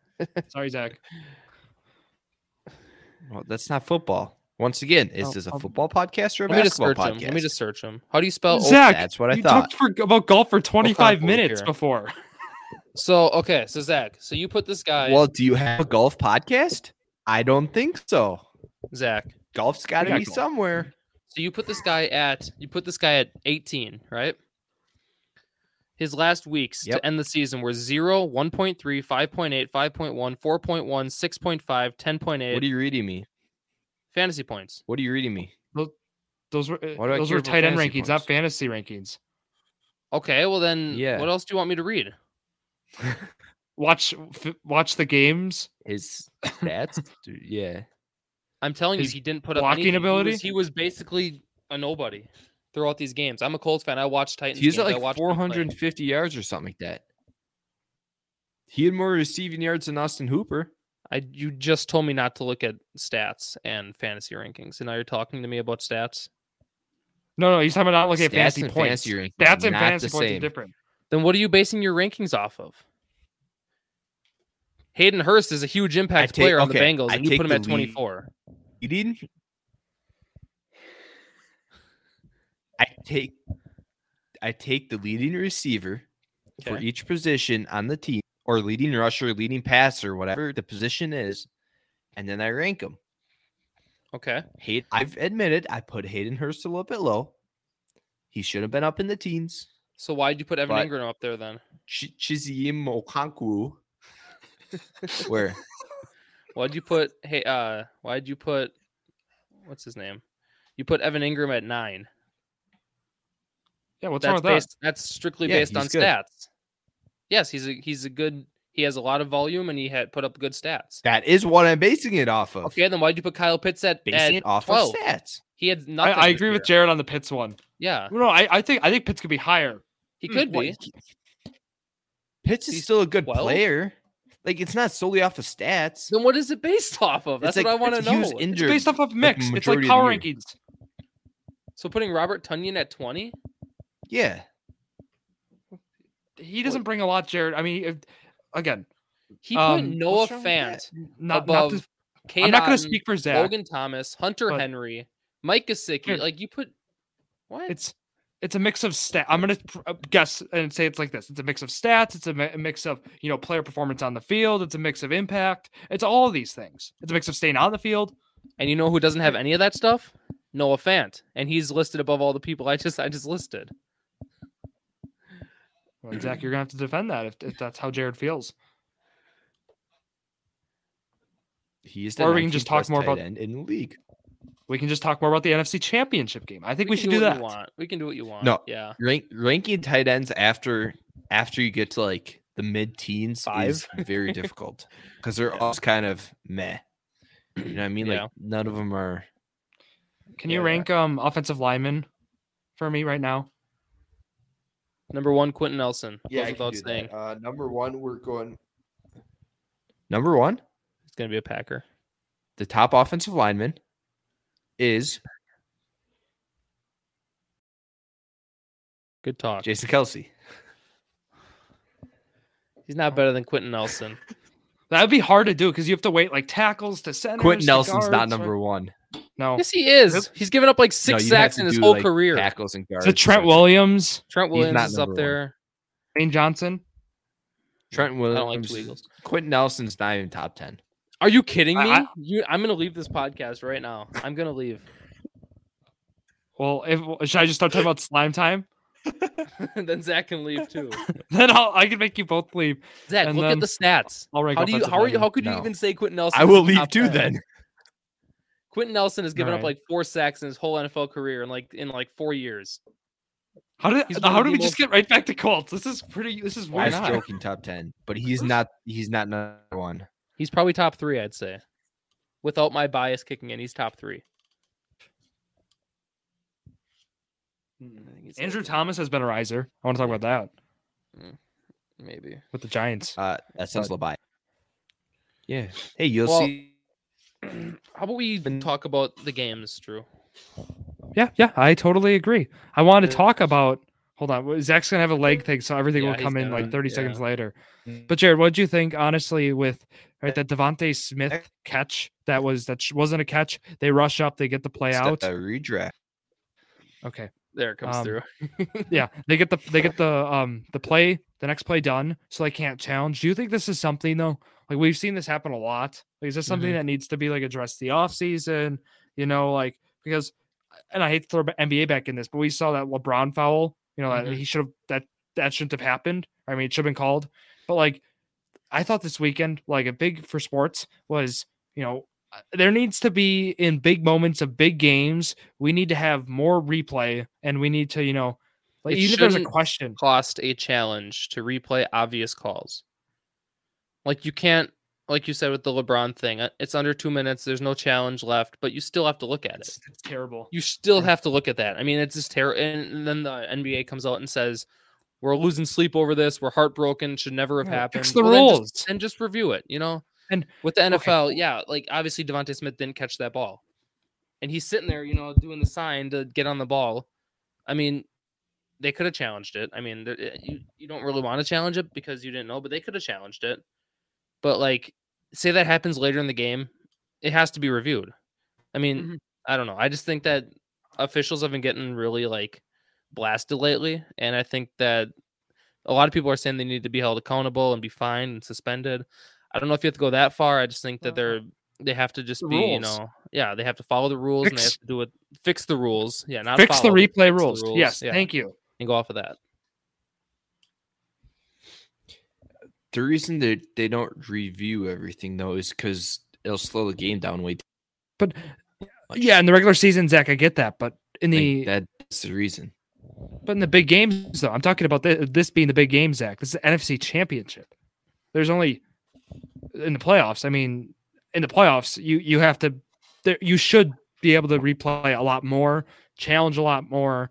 A: Sorry, Zach.
C: Well, that's not football. Once again, is
A: Oh,
C: this a
A: um,
C: football podcast or a
B: Let me just
C: basketball
B: search
C: podcast?
B: him. Let me just search him. How do you spell? O-
A: Zach,
C: That's what I
A: you
C: thought.
A: talked for, about golf for 25
B: Okonkwo
A: minutes
B: here.
A: before. *laughs*
B: So okay, so Zach, so you put this guy
C: Well, do you have a golf podcast? I don't think so.
B: Zach.
C: Golf's got to
A: got
C: be
A: golf.
C: somewhere.
B: So you put this guy at you put this guy at 18, right? His last weeks
C: Yep.
B: to end the season were 0, 1.3, 5.8, 5.1, 4.1, 6.5, 10.8
C: What are you reading me?
B: fantasy points.
C: What are you reading me?
A: Those were
C: Why do I
A: those
C: care
A: were
C: about
A: tight end rankings,
C: fantasy
A: not
C: points?
A: fantasy rankings.
B: Okay, well then
C: Yeah.
B: what else do you want me to read?
A: Watch f- watch the games.
C: His
B: *laughs*
C: stats? Dude, yeah.
B: I'm telling
A: His
B: you he didn't put up
A: blocking
B: anything. He was-
A: ability?
B: He was, basically a nobody. throughout these games. I'm a Colts fan. I watch Titans.
C: He's at
B: games. I
C: like
B: watch them play.
C: 450 yards or something like that. He had more receiving yards than Austin Hooper.
B: I you just told me not to look at stats and fantasy rankings, and now you're talking to me about stats.
A: No, no, he's talking about not looking at
C: Stats
A: fantasy
C: and
A: points.
C: fantasy rankings,
A: Stats and
C: not
A: fantasy
C: the
A: points are
C: same.
A: different.
B: Then what are you basing your rankings off of? Hayden Hurst is a huge impact
C: take-
B: player on
C: okay,
B: the Bengals,
C: I
B: and you
C: take
B: put him
C: the
B: at
C: lead.
B: 24.
C: You didn't. I take I take the leading receiver for
B: Okay.
C: each position on the team, or leading rusher, leading passer, whatever the position is, and then I rank them.
B: Okay.
C: Hayden, I've admitted I put Hayden Hurst a little bit low. He should have been up in the teens.
B: So why'd you put Evan
C: But-
B: Ingram up there then?
C: Ch- Chiziim
B: *laughs*
C: Okonkwo. Where?
B: Why'd you put hey uh why'd you put what's his name? You put Evan Ingram at nine.
A: Yeah, what's wrong
B: that's
A: with that?
B: based that's strictly
C: Yeah,
B: based on
C: he's good.
B: stats. Yes, he's a he's a good he has a lot of volume and he had put up good stats.
C: That is what I'm basing it off of.
B: Okay, then why'd you put Kyle Pitts at,
C: Basing
B: at
C: it off
B: 12?
C: of stats.
B: He had
A: I,
B: nothing.
A: I
B: this
A: agree with
B: year.
A: Jared on the Pitts one.
B: Yeah,
A: No, I, I think I think Pitts could be higher.
B: he
C: Hmm,
B: could
C: well,
B: be.
C: he- Pitts is
B: He's
C: still a good
B: 12?
C: player. Like it's not solely off of stats.
B: Then what is it based *laughs* off of? That's
C: It's
B: what I
C: like
B: want to
C: He was
B: know.
A: It's
C: injured.
A: based off of
C: like,
A: mix. it's
C: majority
A: like
C: of the
A: power
C: year.
A: rankings.
B: so putting Robert Tunyon at twenty.
C: yeah.
A: He doesn't bring a lot, Jared. I mean, if, again,
B: He put
A: Um,
B: Noah
C: what's wrong with
B: Fant,
C: that?
A: not,
B: Above
A: not to,
B: Kate
A: I'm not going
B: Otten,
A: to speak for Zach.
B: Logan Thomas, Hunter
A: but-
B: Henry, Mike Gesicki.
A: Here.
B: Like you put what?
A: It's it's a mix of stat. I'm gonna pr- uh, guess and say it's like this. It's a mix of stats. It's a, mi- a mix of you know player performance on the field. It's a mix of impact. It's all these things. It's a mix of staying on the field.
B: and you know who doesn't have any of that stuff? Noah Fant, and he's listed above all the people I just I just listed. *clears throat*
A: Well, Zach, you're gonna have to defend that if, if that's how Jared feels.
C: He is
A: Or we can just talk more about-
C: end in the league.
A: We can just talk more about the NFC Championship game. I think we,
B: can
A: should do,
B: what
A: that.
B: You want. We can do what you want.
C: No.
B: Yeah.
C: Rank, ranking tight ends after after you get to like the mid teens is *laughs* very difficult because they're all kind of meh. You know what I mean? Like
B: Yeah.
C: none of them are.
A: Can you
C: Yeah.
A: rank um offensive linemen for me right now?
B: Number one, Quentin Nelson.
E: Yeah,
B: Goes without saying,
E: Uh, number one, we're going.
C: Number one,
B: he's gonna be a Packer.
C: the top offensive lineman is
B: Good talk.
C: Jason Kelsey.
B: He's not better than Quentin Nelson.
A: That would be hard to do because you have to wait like tackles to centers.
C: Quentin
A: to
C: Nelson's not
A: guards,
C: number
A: right?
C: one.
A: No,
B: yes, he is. He's given up like
C: No,
B: six
C: you have
B: sacks
C: to
B: in his
C: do,
B: whole
C: like,
B: career.
C: Tackles and guards.
A: to Trent
C: so-
A: Williams,
B: Trent
C: He's
B: Williams
C: not
B: is up
C: number one.
B: there.
A: Lane Johnson.
C: Trent
B: I
C: Williams.
B: don't like the Eagles.
C: Quentin Nelson's not even top ten.
B: Are you kidding me?
A: I- I-
B: you, I'm gonna leave this podcast right now. I'm gonna leave. *laughs*
A: Well, if, should I just start talking about slime time? *laughs*
B: then Zach can leave *laughs* too.
A: Then I'll, I can make you both leave.
B: Zach,
A: And
B: look
A: then
B: at the stats.
A: I'll rank
B: How do you?
A: offensive
B: How are you?
A: linemen.
B: How could you
C: No.
B: even say Quentin Nelson?
C: I will leave too then.
B: Quentin Nelson has given up
A: Alright.
B: like four sacks in his whole NFL career in like in like four years.
A: How did
B: He's one
A: how
B: of
A: did
B: the
A: we just get right back to Colts? This is pretty. This is
C: I
A: weird.
C: was joking top ten, but he's not. He's not number one.
B: He's probably top three, I'd say. Without my bias kicking in, he's top three. Hmm, I think he's
A: *laughs*
B: like-
A: Andrew Thomas has been a riser. I want to talk about that
B: maybe.
A: with the Giants.
B: Oh.
C: Uh, that sounds Levi. Yeah. Hey, you'll
B: Well,
C: see.
B: How about we talk about the games, Drew?
A: Yeah, yeah, I totally agree. I wanted to
B: Yeah.
A: talk about. Hold on, wh- Zach's gonna have a leg thing, so everything
B: Yeah,
A: will
B: he's
A: come in
B: done,
A: like thirty
B: yeah. Mm.
A: seconds later. But Jared, what did you think, honestly, with right that Devonte Smith catch? That was that sh- wasn't a catch. They rush up, they get the play out.
C: A redraft.
A: Okay,
B: There it comes
A: Um,
B: through.
A: yeah, they get the they get the um the play the next play done, so they can't challenge. Do you think this is something though? Like we've seen this happen a lot. Like, is this something
B: Mhm.
A: that needs to be like addressed the off season? You know, like because, and I hate to throw ba- NBA back in this, but we saw that LeBron foul. You know, that
B: Mhm.
A: he should have that that shouldn't have happened. I mean, it should have been called. But like, I thought this weekend, like a big for sports was, you know, uh, there needs to be in big moments of big games. We need to have more replay, and we need to, you know, like
B: It
A: even if there's a
B: shouldn't-
A: question,
B: Cost a challenge to replay obvious calls. Like you can't like you said with the LeBron thing, uh, it's under two minutes. There's no challenge left, but you still have to look at it.
A: It's, it's terrible.
B: You still have to look at that. I mean, it's just terrible. And then the NBA comes out and says, "We're losing sleep over this. We're heartbroken. Should never have
A: Yeah,
B: happened."
A: fix the
B: Well, then just-
A: rules.
B: and just review it. You know,
A: And-
B: with the NFL, yeah, like obviously Devontae Smith didn't catch that ball, and he's sitting there, you know, doing the sign to get on the ball. I mean, they could have challenged it. I mean, there- it- you you don't really want to challenge it because you didn't know, but they could have challenged it. But like, say that happens later in the game, it has to be reviewed. I mean,
A: Mhm.
B: I don't know. I just think that officials have been getting really like blasted lately, and I think that a lot of people are saying they need to be held accountable and be fined and suspended. I don't know if you have to go that far. I just think that
A: Uh,
B: they're they have to just
A: the
B: be, you
A: rules.
B: know, yeah, they have to follow the rules and they
A: Fix-
B: have to do it. Fix the rules, yeah, not
A: Fix the
B: follow,
A: replay
B: fix the
A: rules.
B: rules,
A: Yes,
B: yeah.
A: thank you.
B: and go off of that.
D: The reason that they don't review everything though is because it'll slow the game down way. too
A: But
D: much.
A: yeah, in the regular season, Zach, I get that, but in the
D: Like, that's the reason.
A: but in the big games though, I'm talking about this, this being the big game, Zach. This is the NFC Championship. There's only in the playoffs. I mean, in the playoffs, you you have to there, you should be able to replay a lot more, challenge a lot more.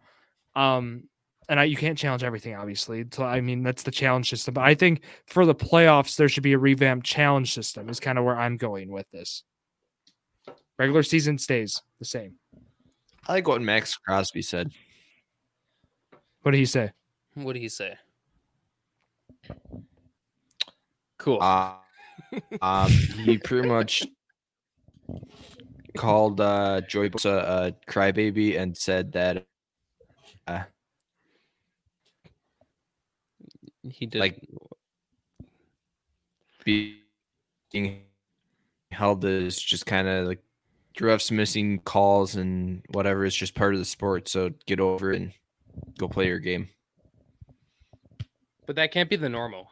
A: Um, and I, you can't challenge everything, obviously. So I mean, that's the challenge system. But I think for the playoffs, there should be a revamped challenge system. Is kind of where I'm going with this. Regular season stays the same.
D: I like what Max Crosby said.
A: What do you say?
B: What do you say?
A: Uh,
B: Cool.
D: Uh, um, he pretty much called uh, Joy Bosa a crybaby and said that
B: he did
D: like be- being held is just kind of like refs missing calls and whatever is just part of the sport. So get over it and go play your game.
B: but that can't be the normal.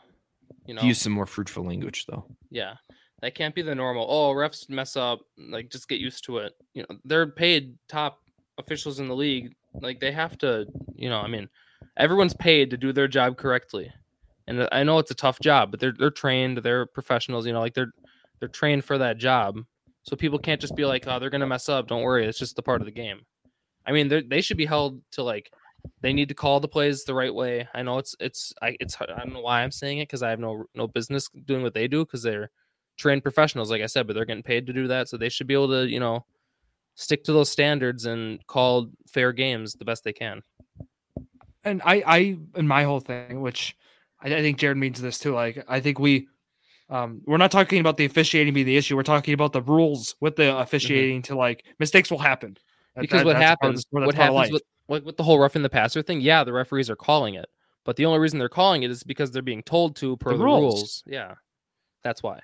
B: You know,
D: Use some more fruitful language though.
B: yeah, that can't be the normal. Oh, refs mess up. Like, just get used to it. You know, they're paid top officials in the league. Like, they have to. You know, I mean, everyone's paid to do their job correctly, and I know it's a tough job, but they're they're trained. They're professionals. You know, like they're they're trained for that job. So people can't just be like, oh, they're gonna mess up. Don't worry, it's just the part of the game. I mean, they're- they should be held to like they need to call the plays the right way. I know it's it's I it's hard- I don't know why I'm saying it because I have no no business doing what they do because they're trained professionals, like I said, but they're getting paid to do that, so they should be able to you know stick to those standards and call fair games the best they can.
A: and I, I, and my whole thing, which I, I think Jared means this too. Like, I think we, um, we're not talking about the officiating being the issue. We're talking about the rules with the officiating to like mistakes will happen. That-
B: Mm-hmm. Because
A: that-
B: what
A: that's part of the
B: happens,
A: sport,
B: what
A: that's part of
B: happens
A: life.
B: with like with the whole roughing the passer thing? Yeah, the referees are calling it, but the only reason they're calling it is because they're being told to per
A: The
B: the
A: rules.
B: rules. Yeah, that's why.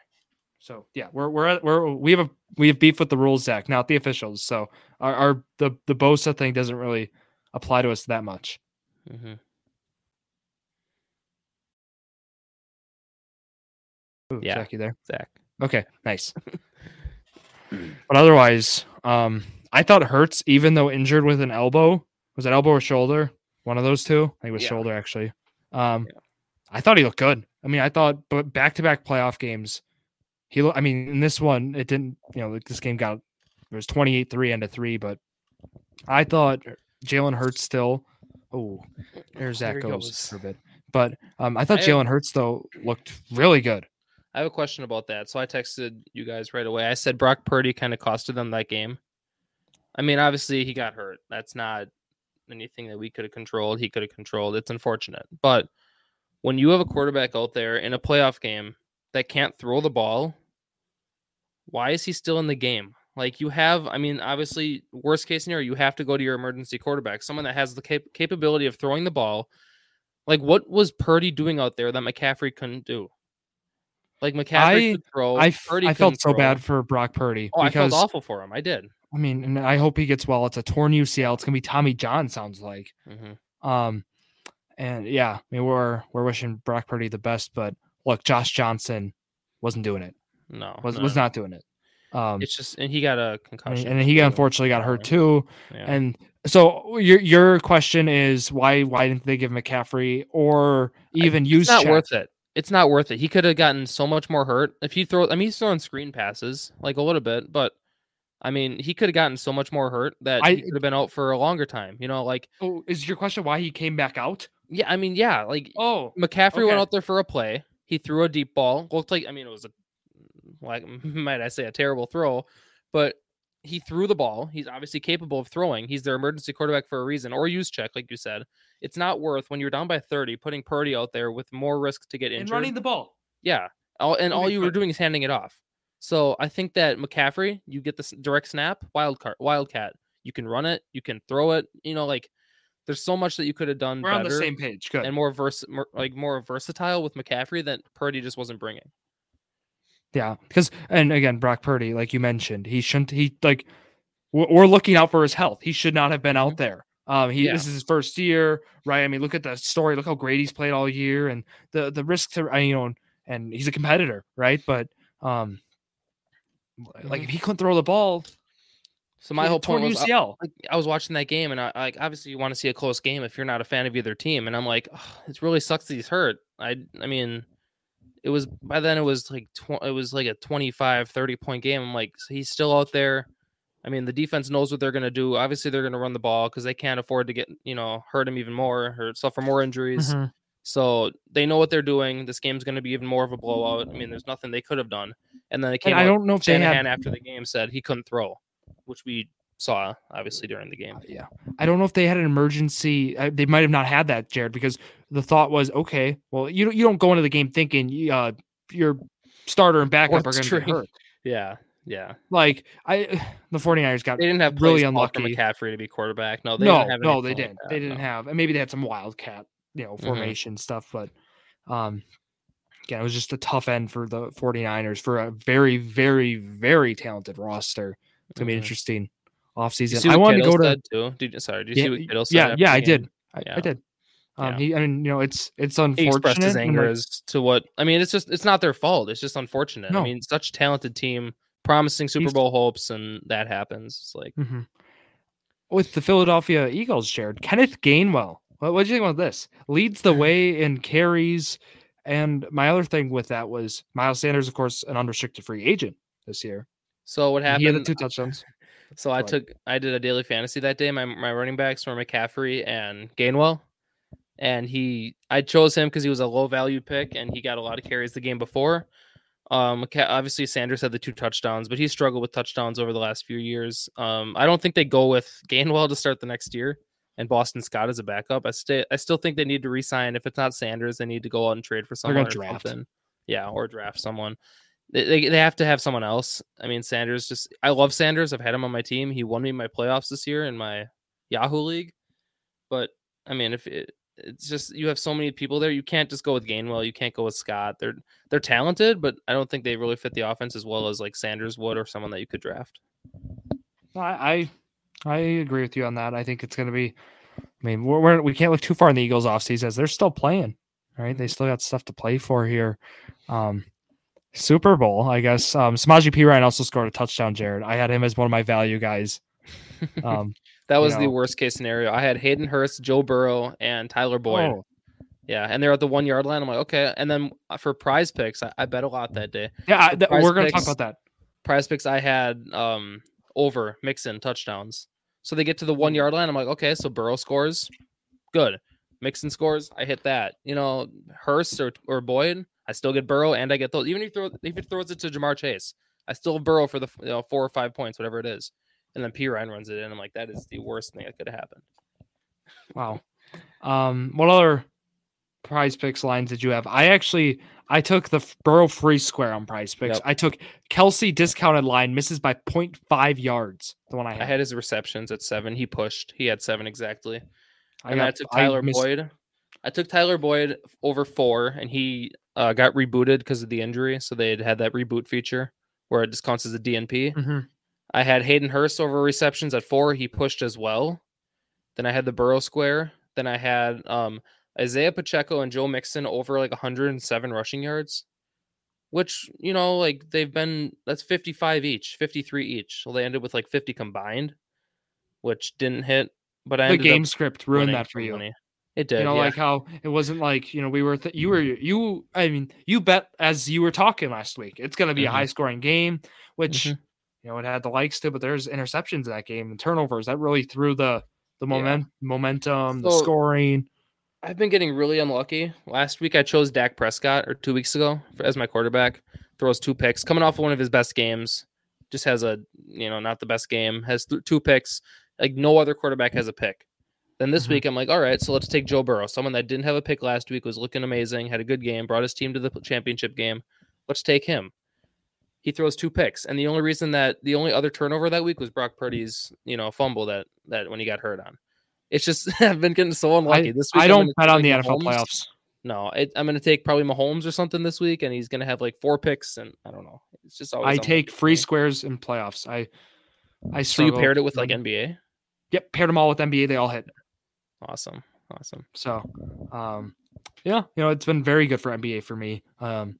A: So yeah, we're we're at- we're we have a we have beef with the rules, Zach, not the officials. So our, our the the Bosa thing doesn't really apply to us that much. Mm-hmm.
B: hmm
A: Ooh,
B: Yeah.
A: Zach, you there?
B: Zach,
A: Okay, nice. but otherwise, um, I thought Hurts, even though injured with an elbow, was it elbow or shoulder? One of those two. I think it was
B: Yeah.
A: shoulder actually. Um, I thought he looked good. I mean, I thought, but back to back playoff games, he. Lo- I mean, in this one, it didn't. You know, like this game got it was twenty eight three and a three, but I thought Jalen Hurts still. Oh, there's that
B: There he
A: goes,
B: goes.
A: for a bit. But um, I thought
B: I-
A: Jalen Hurts though looked really good.
B: I have a question about that. So I texted you guys right away. I said Brock Purdy kind of costed them that game. I mean, obviously he got hurt. That's not anything that we could have controlled. He could have controlled. It's unfortunate. But when you have a quarterback out there in a playoff game that can't throw the ball, why is he still in the game? Like you have, I mean, obviously, worst case scenario, you have to go to your emergency quarterback, someone that has the cap- capability of throwing the ball. Like, what was Purdy doing out there that McCaffrey couldn't do? Like
A: I-
B: McCaffrey could throw.
A: I, f-
B: Purdy
A: I felt
B: couldn't
A: so
B: throw.
A: bad for Brock Purdy
B: Oh, I
A: because
B: felt awful for him. I did.
A: I mean, and I hope he gets well. It's a torn UCL. It's gonna be Tommy John. Sounds like.
B: hmm
A: Um, and yeah, I mean, we're we're wishing Brock Purdy the best, but look, Josh Johnson wasn't doing it.
B: No,
A: Was
B: Oh, no,
A: was
B: no.
A: not doing it. Um,
B: It's just, and he got a
A: and,
B: concussion.
A: and he got,
B: too.
A: unfortunately got hurt
B: Yeah.
A: too.
B: Yeah.
A: And so your your question is why why didn't they give McCaffrey or even use
B: it's not
A: Shaq?
B: worth it. it's not worth it. He could have gotten so much more hurt if he throw. I mean, he's throwing screen passes like a little bit, but I mean, he could have gotten so much more hurt that
A: I-
B: he could have been out for a longer time. You know, like
A: Oh, is your question why he came back out?
B: yeah, I mean, yeah, like
A: Oh,
B: McCaffrey
A: Okay.
B: went out there for a play. He threw a deep ball. Looked like I mean it was a like *laughs* might I say a terrible throw, but he threw the ball. He's obviously capable of throwing. He's their emergency quarterback for a reason, or use check, like you said. It's not worth when you're down by 30 putting Purdy out there with more risk to get
A: and
B: injured.
A: running the ball.
B: yeah, all, and
A: It'll
B: all
A: be
B: you were
A: fun.
B: doing is handing it off. So I think that McCaffrey, you get this direct snap, wild card, wildcat. You can run it, you can throw it. You know, like there's so much that you could have done.
A: We're on the
B: better
A: same page. Good.
B: and more vers- mer- like more versatile with McCaffrey that Purdy just wasn't bringing.
A: Yeah, because and again, Brock Purdy, like you mentioned, he shouldn't. He like we're we're looking out for his health. He should not have been out there. Um, he
B: Mm-hmm. Yeah.
A: this is his first year, right? I mean, look at the story. Look how great he's played all year, and the the risk to I, you know, and, and he's a competitor, right? But um, like if he couldn't throw the ball,
B: So Mm-hmm. my
A: he'd
B: whole
A: have torn
B: point was I,
A: UCL.
B: like, I was watching that game and I like obviously you want to see a close game if you're not a fan of either team and I'm like "Ugh, it really sucks that he's hurt. I I mean it was by then it was like tw- it was like a 25 30 point game. I'm like so he's still out there. I mean the defense knows what they're going to do. Obviously they're going to run the ball cuz they can't afford to get, you know, hurt him even more or suffer more injuries. So they know what they're doing. This game's going to be even more of a blowout. I mean, there's nothing they could have done. And then it came
A: And I
B: out
A: don't know if they have
B: Shanahan after the game said he couldn't throw, which we saw obviously during the game.
A: Uh, yeah i don't know if they had an emergency uh, they might have not had that jared because the thought was okay well you, don't- you don't go into the game thinking you, uh, your starter and backup
B: Fourth
A: are going to be
B: string.
A: hurt
B: Yeah, yeah.
A: like i *sighs* the 49ers got
B: They didn't have
A: Really
B: plays called for
A: unlucky.
B: McCaffrey to be quarterback. No, they
A: no
B: didn't have
A: no
B: anything
A: they
B: like
A: didn't
B: that,
A: they didn't
B: no.
A: have and maybe they had some wildcat you
B: Mm-hmm.
A: know formation stuff but um again it was just a tough end for the 49ers for a very very very talented roster it's going to be
B: Mhm.
A: an interesting
B: Did you
A: offseason
B: see
A: i
B: what
A: wanted to go
B: Kittle
A: to
B: said, too? Did you, sorry, did you see what Kittle said?
A: yeah,
B: after
A: yeah,
B: the
A: I
B: game?
A: did. I, I
B: Yeah.
A: did. Um,
B: Yeah.
A: he, I mean, you know, it's it's
B: He
A: unfortunate.
B: expressed his
A: and,
B: anger
A: like,
B: as to what I mean. It's just it's not their fault. It's just unfortunate.
A: No.
B: I mean, such talented team, promising Super
A: He's-
B: Bowl hopes, and that happens. It's like
A: Mhm. With the Philadelphia Eagles, Jared Kenneth Gainwell. What what do you think about this? Leads the way in carries, and my other thing with that was Miles Sanders, of course, an unrestricted free agent this year.
B: so. What
A: And
B: happened?
A: He had the two touchdowns.
B: So I
A: But-
B: took I did a daily fantasy that day. My my running backs were McCaffrey and Gainwell, and he I chose him because he was a low value pick and he got a lot of carries the game before. Um, McCa- obviously Sanders had the two touchdowns, but he struggled with touchdowns over the last few years. Um, I don't think they go with Gainwell to start the next year, and Boston Scott as a backup. I stay I still think they need to re-sign. If it's not Sanders, they need to go out and trade for
A: They're gonna
B: someone or
A: draft.
B: something. Yeah, or draft someone they, they, they have to have someone else. I mean, Sanders just I love Sanders. I've had him on my team. He won me my playoffs this year in my Yahoo league. But I mean, if it, it's just you have so many people there, you can't just go with Gainwell. You can't go with Scott. They're they're talented, but I don't think they really fit the offense as well as like Sanders would or someone that you could draft.
A: No, I, I I agree with you on that. I think it's going to be. I mean, we're, we're we can't look too far in the Eagles' offseason as they're still playing. Right, they still got stuff to play for here. Um, Super Bowl, I guess. Um, Samaji P Ryan also scored a touchdown. Jared, I had him as one of my value
B: *laughs*
A: guys. Um,
B: that
A: you
B: was the
A: know.
B: worst case scenario. I had Hayden Hurst, Joe Burrow, and Tyler Boyd.
A: oh,
B: Yeah, and they're at the one yard line. I'm like, okay. And then uh, for prize picks, I, I bet a lot that day.
A: yeah, I, th-
B: Surprise
A: we're going to talk
B: picks.
A: about that.
B: prize picks I had um over Mixon touchdowns. So they get to the one yard line. I'm like, okay, so Burrow scores, good. Mixon scores, I hit that. You know, Hurst or, or Boyd, I still get Burrow and I get those. Even if you throw if it throws it to Jamar Chase, I still have Burrow for the you know, four or five points, whatever it is. And then P Ryan runs it in. I'm like, that is the worst thing that could have happened.
A: Wow. Um, what other prize picks lines did you have? I actually I took the f- Burrow free square on prize picks.
B: Yep.
A: I took Kelsey discounted line misses by 0.5 yards. The one I had.
B: I had his receptions at seven. He pushed. He had seven exactly.
A: I
B: and
A: got-
B: I took
A: I
B: Tyler
A: missed-
B: Boyd. I took Tyler Boyd over four, and he uh, got rebooted because of the injury. So they had had that reboot feature where it just counts as a DNP.
A: Mhm.
B: I had Hayden Hurst over receptions at four. He pushed as well. Then I had the Burrow Square. Then I had um, Isaiah Pacheco and Joe Mixon over like 107 rushing yards, which, you know, like they've been, that's 55 each, 53 each. So they ended with like 50 combined, which didn't hit. But I
A: The
B: ended up
A: game script ruined
B: winning
A: that for
B: some
A: you.
B: money. It did.
A: you know,
B: yeah.
A: like how it wasn't like you know we were th- you were you. I mean, you bet as you were talking last week, it's going to be a
B: Mhm.
A: high scoring game, which
B: Mhm.
A: you know it had the likes to, but there's interceptions in that game and turnovers that really threw the the moment momentum, the
B: So-
A: scoring.
B: I've been getting really unlucky. Last week I chose Dak Prescott, or two weeks ago, for- as my quarterback. Throws two picks, coming off one of his best games. Just has a, you know, not the best game. Has th- two picks. Like no other quarterback has a pick. Then this
A: Mhm.
B: week I'm like, all right, so let's take Joe Burrow, someone that didn't have a pick last week, was looking amazing, had a good game, brought his team to the p- championship game. Let's take him. He throws two picks, and the only reason that the only other turnover that week was Brock Purdy's, you know, fumble that that when he got hurt on. It's just *laughs* I've been getting so unlucky. this week
A: I
B: I'm
A: don't
B: gonna
A: bet on the
B: take
A: NFL
B: Mahomes.
A: playoffs.
B: No, it, I'm going to take probably Mahomes or something this week, and he's going to have like four picks, and I don't know. It's just always.
A: I
B: unlucky
A: take
B: for
A: free
B: me.
A: squares in playoffs. I I
B: So you
A: struggle.
B: paired it with like NBA.
A: yep paired them all with NBA. They all hit.
B: Awesome, awesome.
A: So, um, yeah, you know, it's been very good for NBA for me. Um,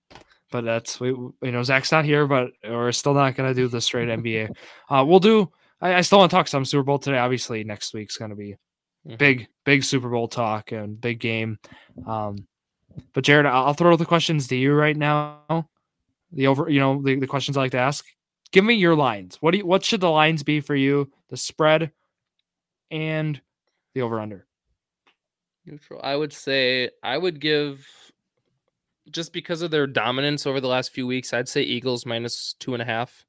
A: but that's we, you know, Zach's not here, but we're still not gonna do the straight NBA. Uh, we'll do. I, I still want to talk some Super Bowl today. Obviously, next week's gonna be
B: Mhm.
A: big, big Super Bowl talk and big game. Um, but Jared, I'll I'll throw the questions to you right now. The over, you know, the, the questions I like to ask. Give me your lines. What do you, what should the lines be for you? The spread and the over under.
B: Neutral. I would say I would give just because of their dominance over the last few weeks. I'd say Eagles minus two and a half.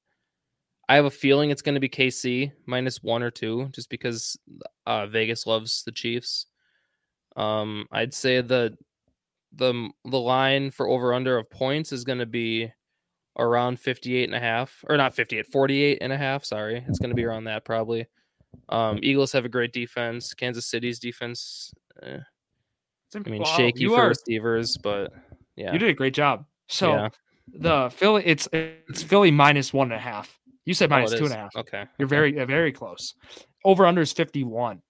B: I have a feeling it's going to be KC minus one or two, just because uh, Vegas loves the Chiefs. Um, I'd say the the the line for over under of points is going to be around 58 and a half or not 58 48 and a half sorry it's going to be around that probably um eagles have a great defense kansas city's defense I mean,
A: Wow,
B: shaky
A: you
B: for
A: are-
B: receivers, but yeah,
A: You did a great job. So
B: Yeah.
A: the Philly, it's it's Philly minus one and a half. You said
B: Oh, it
A: minus two
B: is.
A: and
B: *laughs*
A: a half.
B: Okay,
A: You're very uh, very close. Over under is fifty one.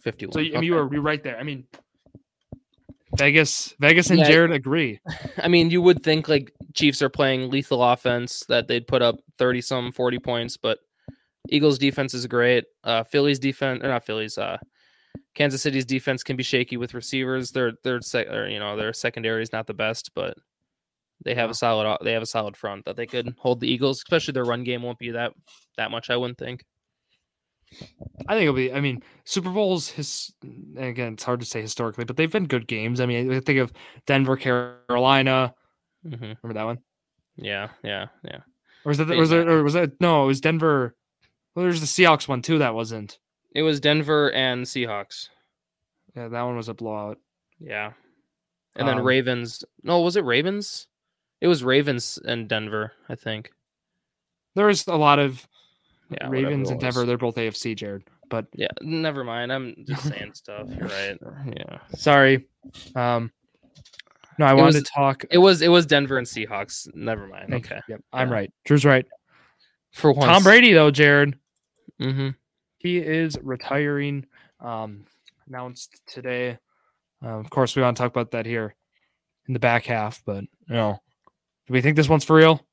B: fifty-one.
A: So you- I mean,
B: okay.
A: you were you're right there. I mean, Vegas, Vegas, and
B: Yeah.
A: Jared agree.
B: I mean, you would think like Chiefs are playing lethal offense that they'd put up thirty some, forty points, but Eagles defense is great. Uh, Phillies defense, or not Phillies. Uh, Kansas City's defense can be shaky with receivers. Their their sec, or, you know their secondary is not the best, but they have
A: Yeah.
B: a solid o- they have a solid front that they could hold the Eagles. Especially their run game won't be that that much. I wouldn't think.
A: I think it'll be. I mean, Super Bowls. His and again, it's hard to say historically, but they've been good games. I mean, I think of Denver, Carolina.
B: hmm
A: Remember that one?
B: Yeah, yeah, yeah.
A: Or was that?
B: Hey,
A: was
B: man.
A: there? Or was that? No, it was Denver. Well, there's the Seahawks one too. That wasn't.
B: It was Denver and Seahawks.
A: Yeah, that one was a blowout.
B: Yeah. And then
A: Um,
B: Ravens. No, was it Ravens? It was Ravens and Denver, I think.
A: There's a lot of
B: Yeah. whatever
A: Ravens
B: it
A: and
B: was.
A: Denver, they're both AFC, Jared. But
B: Yeah. Never mind. I'm just saying stuff.
A: *laughs*
B: You're right. Yeah.
A: sorry. Um no, I
B: It
A: wanted
B: was-
A: to talk.
B: It was it was Denver and Seahawks. Never mind.
A: Thank you.
B: Okay.
A: Yep, I'm
B: Yeah.
A: right. Drew's right.
B: For once.
A: Tom Brady, though, Jared, Mm-hmm.
B: hmm
A: he is retiring. Um, announced today. Uh, of course, we want to talk about that here in the back half, but you know, do we think this one's for real?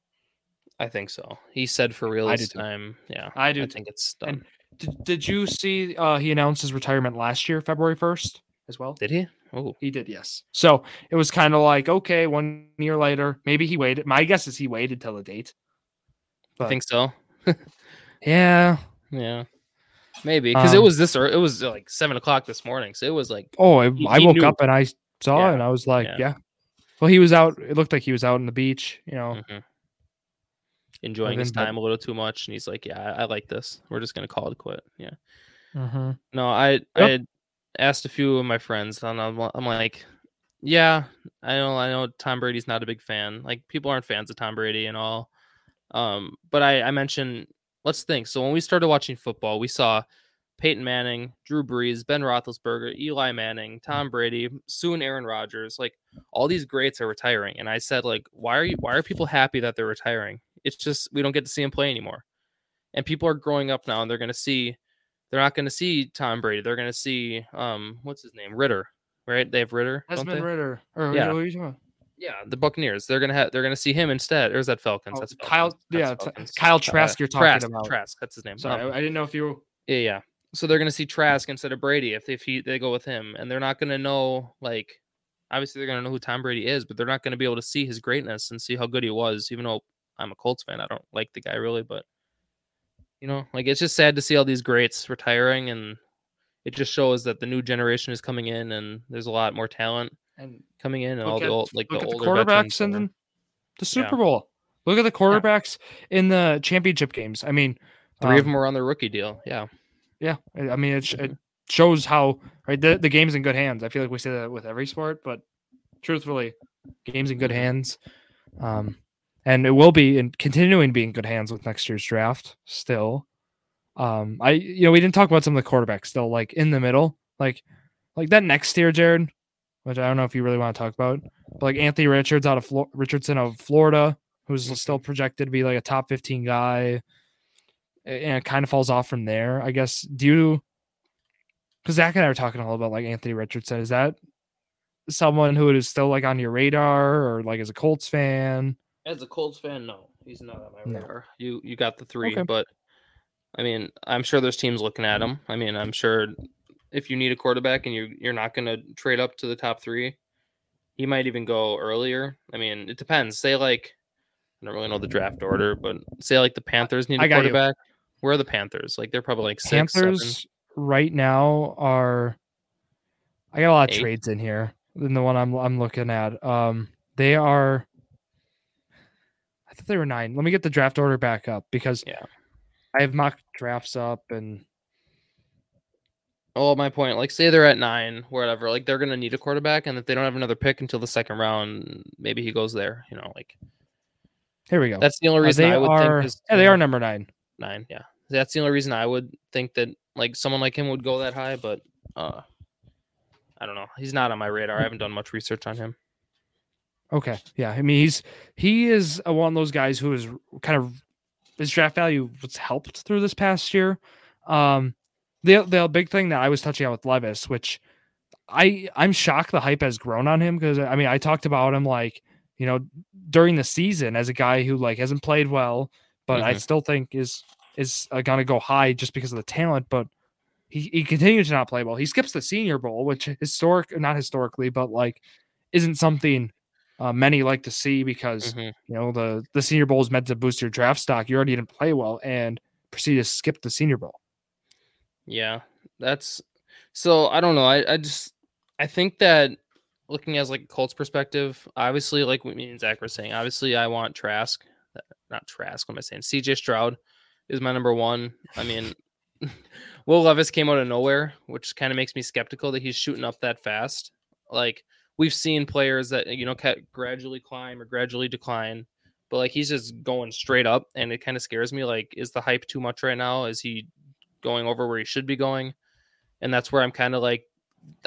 B: I think so. He said for real
A: I
B: this
A: do too.
B: time. Yeah.
A: I do
B: I
A: too.
B: think it's done.
A: And- Did, did you see uh, he announced his retirement last year, February 1st, as well?
B: Did he? Oh.
A: He did, yes. So it was kind of like, okay, one year later, maybe he waited. My guess is he waited till the date.
B: I
A: But-
B: think so.
A: Yeah.
B: Yeah. Maybe. Because it
A: Um,
B: was this ear- it was uh, like seven o'clock this morning. So it was like
A: Oh, I,
B: He-
A: I
B: he
A: woke
B: knew.
A: up and I saw
B: Yeah,
A: it and I was like,
B: yeah.
A: yeah. Well, he was out. It looked like he was out on the beach, you know.
B: Mhm. Enjoying his
A: then that-
B: time a little too much, and he's like, "Yeah, I, I like this. We're just gonna call it quit." Yeah. Mm.
A: Mhm.
B: No, I I had asked a few of my friends, and I'm, li- I'm like, "Yeah, I know. I know Tom Brady's not a big fan. Like people aren't fans of Tom Brady and all." Um, but I I mentioned let's think. So when we started watching football, we saw Peyton Manning, Drew Brees, Ben Roethlisberger, Eli Manning, Tom Brady, soon Aaron Rodgers. Like all these greats are retiring, and I said, like, why are you? Why are people happy that they're retiring? It's just we don't get to see him play anymore, and people are growing up now, and they're gonna see. They're not gonna see Tom Brady. They're gonna see um, what's his name, Ritter, right? They have Ritter. don't
A: Desmond
B: they?
A: Ritter. Or
B: Yeah.
A: who are you talking about?
B: Yeah, the Buccaneers. They're gonna have. They're gonna see him instead. Or is that Falcons?
A: Oh,
B: That's Falcons.
A: Kyle-
B: That's
A: yeah, it's-
B: Falcons.
A: Kyle Trask you're talking
B: Trask,
A: about.
B: Trask. That's his name.
A: Sorry,
B: Um,
A: I, I didn't know if you
B: yeah, yeah. so they're gonna see Trask instead of Brady if if he they go with him, and they're not gonna know like obviously they're gonna know who Tom Brady is, but they're not gonna be able to see his greatness and see how good he was. Even though I'm a Colts fan, I don't like the guy really, but you know, like it's just sad to see all these greats retiring, and it just shows that the new generation is coming in, and there's a lot more talent
A: And
B: coming in, and all
A: look
B: the
A: at,
B: old like the
A: look at the,
B: older
A: quarterbacks
B: veterans
A: in
B: are-
A: the- the Super
B: Yeah.
A: Bowl. Look at the quarterbacks in the championship games. I mean,
B: Three of
A: um,
B: them were on the rookie deal. Yeah.
A: Yeah, I I mean, it, sh- it shows how right the, the game's in good hands. I feel like we say that with every sport, but truthfully, games in good hands, um, and it will be and continuing to be in good hands with next year's draft. Still, um, I you know we didn't talk about some of the quarterbacks still, like in the middle, like like that next tier, Jared, which I don't know if you really want to talk about, but like Anthony Richards out of Flo- Richardson of Florida, who's still projected to be like a top fifteen guy a- and it kind of falls off from there. I guess. Do you? Because Zach and I were talking a little about like Anthony Richardson. Is that someone who is still like on your radar or like as a Colts fan?
B: As a Colts fan, no, he's not on my
A: No.
B: radar. You you got the three,
A: Okay.
B: but I mean, I'm sure there's teams looking at him. I mean, I'm sure if you need a quarterback and you you're not going to trade up to the top three, he might even go earlier. I mean, it depends. Say like I don't really know the draft order, but say like the Panthers need a
A: I got you.
B: quarterback. Where are the Panthers? Like they're probably like six, seven.
A: Panthers right now are. I got a lot of
B: Eight.
A: trades in here than the one I'm I'm looking at. Um, they are. I thought they were nine. Let me get the draft order back up because
B: Yeah.
A: I have mock drafts up and
B: Oh, my point. Like, say they're at nine, whatever. Like, they're gonna need a quarterback, and if they don't have another pick until the second round, maybe he goes there. You know, like
A: here we go.
B: that's the only
A: Uh,
B: reason
A: they
B: I would
A: are
B: think. Is,
A: yeah, they
B: you know,
A: are number nine.
B: nine. Yeah, that's the only reason I would think that like someone like him would go that high. But uh, I don't know. He's not on my radar. I haven't done much research on him.
A: Okay. Yeah. I mean, he's he is a, one of those guys who is kind of his draft value was helped through this past year. Um, the the big thing that I was touching on with Levis, which I I'm shocked the hype has grown on him because I mean I talked about him like you know during the season as a guy who like hasn't played well, but I
B: Mhm.
A: still think is is uh, gonna go high just because of the talent, but. He, he continues to not play well. He skips the Senior Bowl, which historic, not historically, but like isn't something uh, many like to see because
B: Mhm.
A: you know the the Senior Bowl is meant to boost your draft stock. You already didn't play well and proceed to skip the Senior Bowl.
B: Yeah, that's so. I don't know. I I just I think that looking as like Colts perspective, obviously, like what me and Zach were saying, obviously, I want Trask, uh, not Trask. What am I saying? C.J. Stroud is my number one. I mean. *laughs* Will Levis came out of nowhere, which kind of makes me skeptical that he's shooting up that fast. Like we've seen players that you know ca- gradually climb or gradually decline, but like he's just going straight up, and it kind of scares me. Like, is the hype too much right now? Is he going over where he should be going? And that's where I'm kind of like,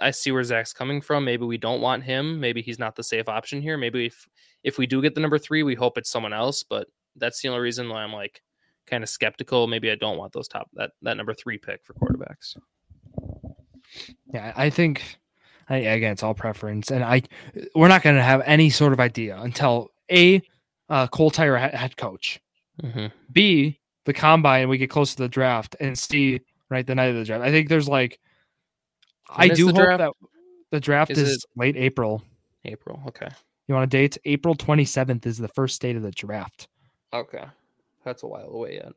B: I see where Zach's coming from. Maybe we don't want him. Maybe he's not the safe option here. Maybe if if we do get the number three, we hope it's someone else. But that's the only reason why I'm like kind of skeptical. Maybe I don't want those top that that number three pick for quarterbacks.
A: Yeah, I think I, again it's all preference, and I we're not going to have any sort of idea until a uh, Cole Tire head coach, Mm-hmm. B the combine, and we get close to the draft, and C right the night of the draft. I think there's like I
B: When is
A: do
B: the
A: hope
B: draft?
A: that the draft
B: Is
A: is, late April.
B: April. Okay.
A: You want a date? April 27th is the first date of the draft.
B: Okay. That's a while away yet.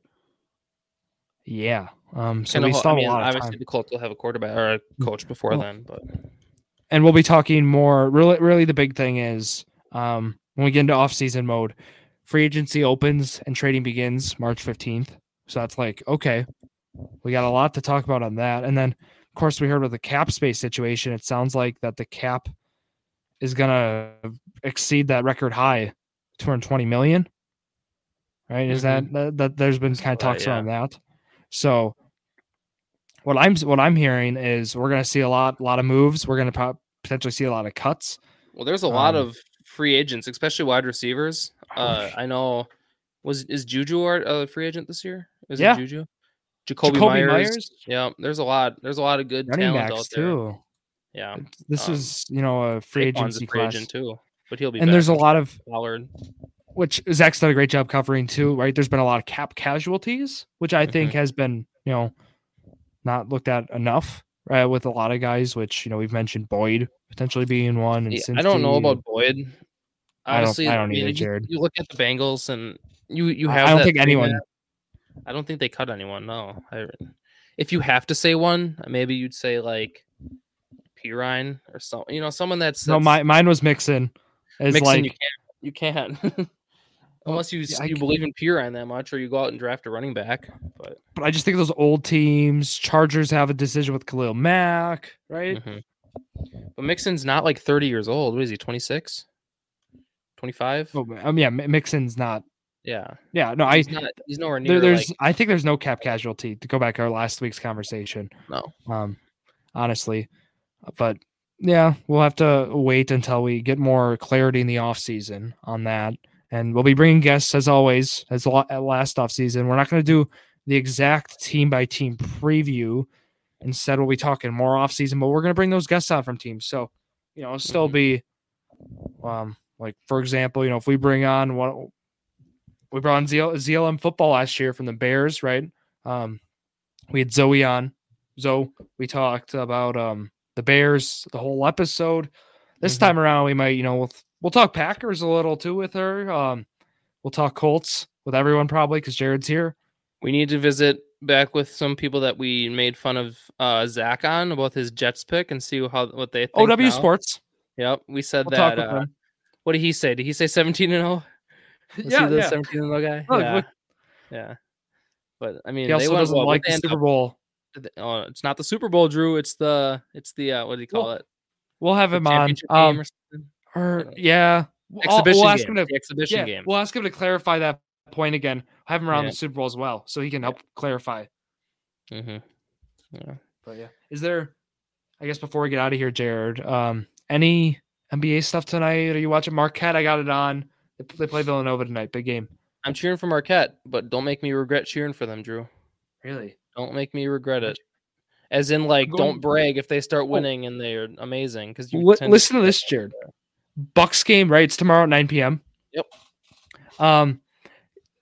A: Yeah. Um. So
B: And
A: we
B: a whole-
A: still
B: I
A: have
B: mean,
A: a lot of time. Mm-hmm.
B: obviously the Colts will have a quarterback or a coach before
A: Well,
B: then, but
A: and we'll be talking more really really the big thing is um when we get into off-season mode free agency opens and trading begins march 15th so that's like okay we got a lot to talk about on that and then of course we heard about the cap space situation it sounds like that the cap is gonna exceed that record high 220 million right is that, that that there's been kind of
B: saw that,
A: talks around that so what i'm what i'm hearing is we're gonna see a lot lot of moves we're gonna pro- potentially see a lot of cuts
B: Well, there's a lot
A: Um,
B: of free agents, especially wide receivers. Uh, I know. Was is Juju our- a free agent this year? Is
A: Yeah.
B: it Juju? Jacoby,
A: Jacoby
B: Myers.
A: Myers?
B: Yeah, there's a lot. There's a lot of good
A: running
B: talent out
A: backs
B: there.
A: too
B: Yeah,
A: this
B: Um,
A: is you know a free
B: Saquon's
A: agency
B: a free
A: class
B: agent too, but he'll be.
A: and
B: back.
A: there's a lot of
B: Pollard.
A: which Zach's done a great
B: Mm-hmm.
A: job covering too, right? There's been a lot of cap casualties, which I think has been, you know, not looked at enough right, with a lot of guys, which you know we've mentioned Boyd potentially being one. And
B: Yeah, I don't know
A: Sinsky.
B: about Boyd.
A: I don't-
B: Honestly,
A: I don't
B: mean,
A: either,
B: you-
A: Jared.
B: You, look at the Bengals, and you you
A: I-
B: have.
A: I don't
B: that
A: think
B: three
A: anyone-
B: man- I don't think they cut anyone. No. I, if you have to say one, maybe you'd say like Pirine or some. You know, someone that's,
A: No,
B: that's
A: my, mine was Mixon. Is
B: mixing.
A: like
B: you can't. You can't. *laughs* Unless you
A: yeah, I
B: you
A: c-
B: believe in Pirine that much, or you go out and draft a running back, but
A: but I just think those old teams, Chargers have a decision with Khalil Mack, right?
B: Mhm. But Mixon's not like 30 years old. What is he, 26? 25?
A: Oh, um, yeah, Mi- Mixon's not.
B: Yeah.
A: Yeah, no, I
B: He's not he's nowhere
A: there,
B: near
A: there's
B: like
A: I think there's no cap casualty to go back to our last week's conversation.
B: No.
A: Um honestly, but yeah, we'll have to wait until we get more clarity in the offseason on that. And we'll be bringing guests as always as lo- at last offseason. We're not going to do the exact team by team preview. Instead, we'll be talking more offseason, but we're going to bring those guests on from teams. So, you know, it'll still
B: Mhm.
A: be um like for example, you know, if we bring on one we brought on ZL, ZLM football last year from the Bears, right? Um, we had Zoe on. Zoe, we talked about um, the Bears the whole episode. This
B: Mhm.
A: time around, we might, you know, we'll, we'll talk Packers a little too with her. Um, we'll talk Colts with everyone probably because Jared's here.
B: we need to visit back with some people that we made fun of uh Zach on about his Jets pick and see how what they think.
A: OW
B: now.
A: Sports.
B: Yep. We said
A: We'll talk
B: that
A: with
B: uh,
A: them.
B: what did he say? Did he say 17 and 0? Was
A: Yeah,
B: he the
A: yeah.
B: 17 and 0 guy?
A: Look,
B: yeah.
A: look.
B: yeah. But I mean
A: He also
B: they went
A: doesn't
B: well, but
A: like
B: they
A: the
B: ended
A: Super
B: up-
A: Bowl.
B: oh, it's not the Super Bowl, Drew. It's the it's the uh, what do you call
A: Well,
B: it?
A: We'll have
B: The
A: him on.
B: championship game
A: Um,
B: or something?
A: or,
B: something.
A: yeah. We'll- I'll-
B: exhibition
A: we'll ask
B: game.
A: him to
B: the exhibition
A: yeah,
B: game.
A: We'll ask him to clarify that point again. Have him around
B: Yeah.
A: the Super Bowl as well, so he can help clarify.
B: hmm
A: But yeah, is there? I guess before we get out of here, Jared, um, any NBA stuff tonight? Are you watching Marquette? I got it on. They p- They play Villanova tonight. Big game.
B: I'm cheering for Marquette, but don't make me regret cheering for them, Drew.
A: Really?
B: Don't make me regret it. As in, like,
A: going-
B: don't brag if they start winning and they are amazing. Because you tend to
A: listen to
B: forget
A: this,
B: that.
A: Jared. Bucks game, right? It's tomorrow at 9 p.m.
B: Yep.
A: Um,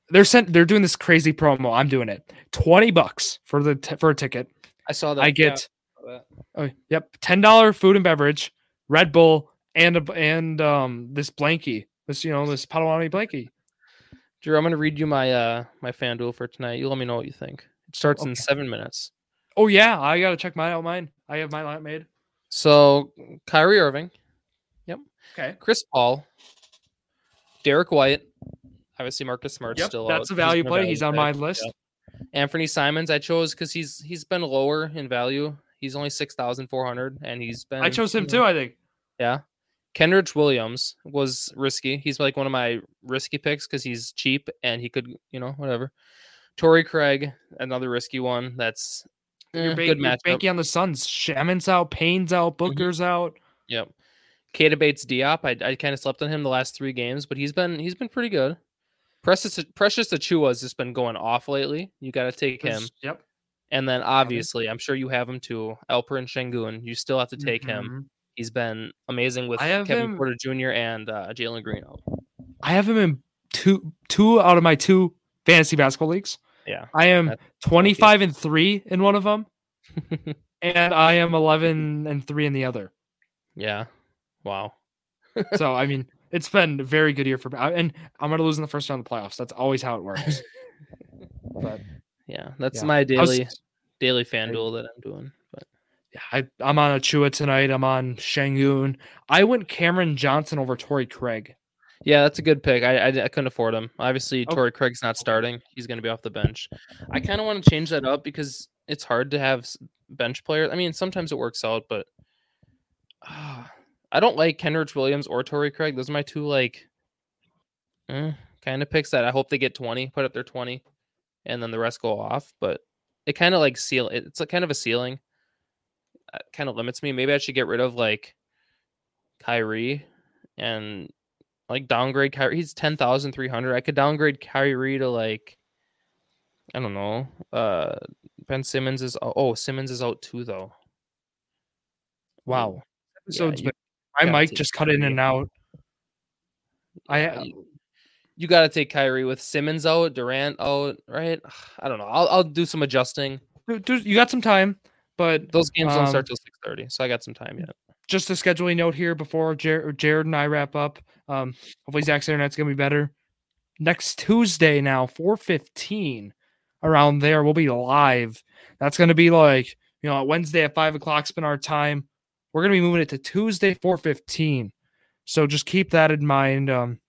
A: they're sent. They're doing this crazy promo. I'm doing it. Twenty bucks for the t- for a ticket.
B: I saw that.
A: I
B: yeah,
A: get
B: I saw that.
A: Oh, yep. Ten dollar food and beverage, Red Bull, and a, and um this blankie, this you know this Potawatomi blankie.
B: Drew. I'm gonna read you my uh my fan duel for tonight. You let me know what you think. It starts
A: Okay.
B: in seven minutes.
A: Oh yeah, I gotta check mine out. Mine, I have my lot made.
B: So Kyrie Irving,
A: Okay.
B: Chris Paul, Derek White, obviously Marcus Smart's
A: Yep,
B: still out.
A: that's a
B: He's
A: value
B: been
A: play. He's on
B: pick.
A: my list.
B: Anthony Simons, I chose because he's he's been lower in value. He's only six thousand four hundred, and he's been.
A: I chose him
B: you
A: too.
B: know,
A: I think.
B: Yeah. Kendrick Williams was risky. He's like one of my risky picks because he's cheap and he could, you know, whatever. Torrey Craig, another risky one. That's eh,
A: You're, ba-
B: good
A: you're
B: matchup.
A: banking on the Suns. Shaman's out. Payne's out. Booker's out.
B: Yep. Kata Bates Diop. I, I kind of slept on him the last three games, but he's been he's been pretty good. Precious Precious Achua has just been going off lately. You got to take him.
A: There's- Yep.
B: And then obviously, I'm sure you have him too. Elper and Shengun. You still have to take him.
A: Mhm.
B: He's been amazing with
A: I have
B: Kevin
A: him-
B: Porter Jr. and uh, Jalen Green.
A: I have him in two two out of my two fantasy basketball leagues.
B: Yeah.
A: I am
B: That's
A: 25
B: *laughs*
A: and three in one of them, and I am 11 and three in the other.
B: Yeah. Wow.
A: So I mean, it's been a very good year for I- and I'm gonna lose in the first round of the playoffs. That's always how it works. but
B: Yeah. That's
A: Yeah.
B: my
A: I was-
B: daily daily fan
A: I-
B: duel that I'm doing. But
A: Yeah, I, I'm on Achua tonight. I'm on Shangun. I went Cameron Johnson over Torrey Craig.
B: yeah, that's a good pick. I I, I couldn't afford him. Obviously,
A: Okay.
B: Torrey Craig's not starting. He's going to be off the bench. I kind of want to change that up because it's hard to have s- bench players. I mean, sometimes it works out, but uh, I don't like Kendrick Williams or Torrey Craig. Those are my two like kind of picks that I hope they get 20, put up their 20, and then the rest go off. But it kind of like seal it- it's a kind of a ceiling. It kind of limits me. Maybe I should get rid of like Kyrie and like downgrade Kyrie. He's 10,300. I could downgrade Kyrie to like I don't know. Uh Ben Simmons is oh, oh Simmons is out too though.
A: Wow. So
B: Mm, you-
A: my
B: gotta
A: mic
B: take
A: just cut in
B: Kyrie.
A: and out.
B: Yeah,
A: I
B: you, you *sighs* got to take Kyrie with Simmons out, Durant out, right? I don't know. I'll I'll do some adjusting.
A: There- there's- you got some time, but
B: Those games don't
A: Um,
B: start till six thirty, so I got some time yet.
A: just a scheduling note here before Jar- Jared and I wrap up. Um, hopefully Zach's internet's gonna be better. Next Tuesday now, four fifteen, around there we'll be live. That's gonna be like you know Wednesday at five o'clock's been our time. We're gonna be moving it to Tuesday four fifteen. So just keep that in mind. Um,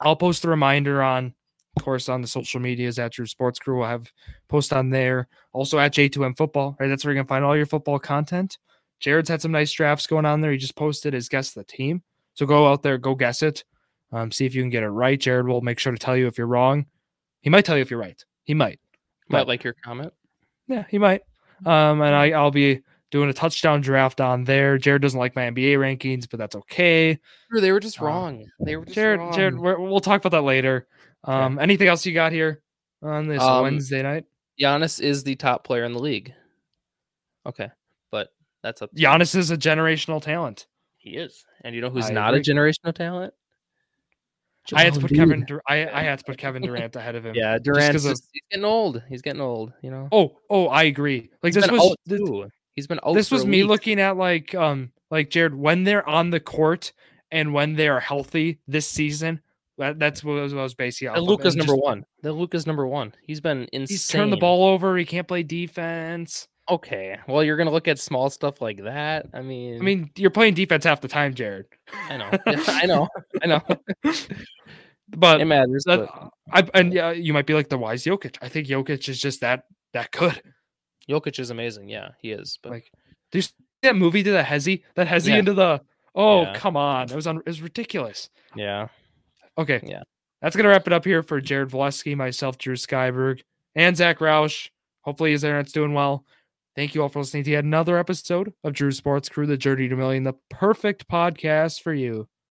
A: I'll post a reminder on, of course, on the social medias at True Sports Crew. I'll have post on there. Also at J2M Football. Right, that's where you can find all your football content. Jared's had some nice drafts going on there. He just posted his guess the team. So go out there, go guess it. Um, see if you can get it right. Jared will make sure to tell you if you're wrong. He might tell you if you're right. He might.
B: Might
A: but-
B: like your comment.
A: Yeah, he might. Um, and I, I'll be doing a touchdown draft on there. Jared doesn't like my NBA rankings, but that's okay.
B: Sure, They were just
A: Um,
B: wrong. They were just
A: Jared,
B: wrong.
A: Jared, we're, we'll talk about that later. Um, anything else you got here on this
B: Um,
A: Wednesday night?
B: Giannis is the top player in the league. Okay, but that's up. to you.
A: Giannis is a generational talent.
B: He is, and you know who's
A: I
B: not a
A: agree. oh,
B: generational talent?
A: I had to
B: Joel
A: put
B: Embiid.
A: Kevin. Dur- I, I had to put Kevin Durant ahead of him.
B: Yeah, Durant's
A: 'cause of-
B: just- he's getting old. He's getting old. You know,
A: Oh, oh, I agree. Like
B: He's
A: this
B: been
A: was
B: out,
A: this-
B: too. he's been out.
A: this
B: for
A: was
B: a
A: me
B: week.
A: looking at like um like Jared when they're on the court and when they are healthy this season. That, that's what I was, what I was basing. it off
B: The
A: of,
B: Luca's
A: and
B: number
A: just-
B: one. The Luca's number one. He's been insane.
A: He's turned the ball over. He can't play defense.
B: Okay. Well, you're gonna look at small stuff like that. I mean,
A: I mean, you're playing defense half the time, Jared. *laughs*
B: I know, *laughs* Yeah, I know, I know. It
A: But,
B: matters.
A: that-
B: but
A: I, and yeah, you might be like the wise Jokic. I think Jokic is just that that good.
B: Jokic is amazing. Yeah, he is. But
A: Like, Do you see that movie to the Hezzy? That Hezzy
B: Yeah.
A: into the oh
B: Yeah.
A: come on, it was un- it was ridiculous.
B: yeah,
A: Okay.
B: Yeah.
A: That's gonna wrap it up here for Jared Valesky, myself, Drew Skyberg, and Zach Roush. Hopefully his internet's doing well. Thank you all for listening to yet another episode of Drew Sports Crew, the Journey to Million, the perfect podcast for you.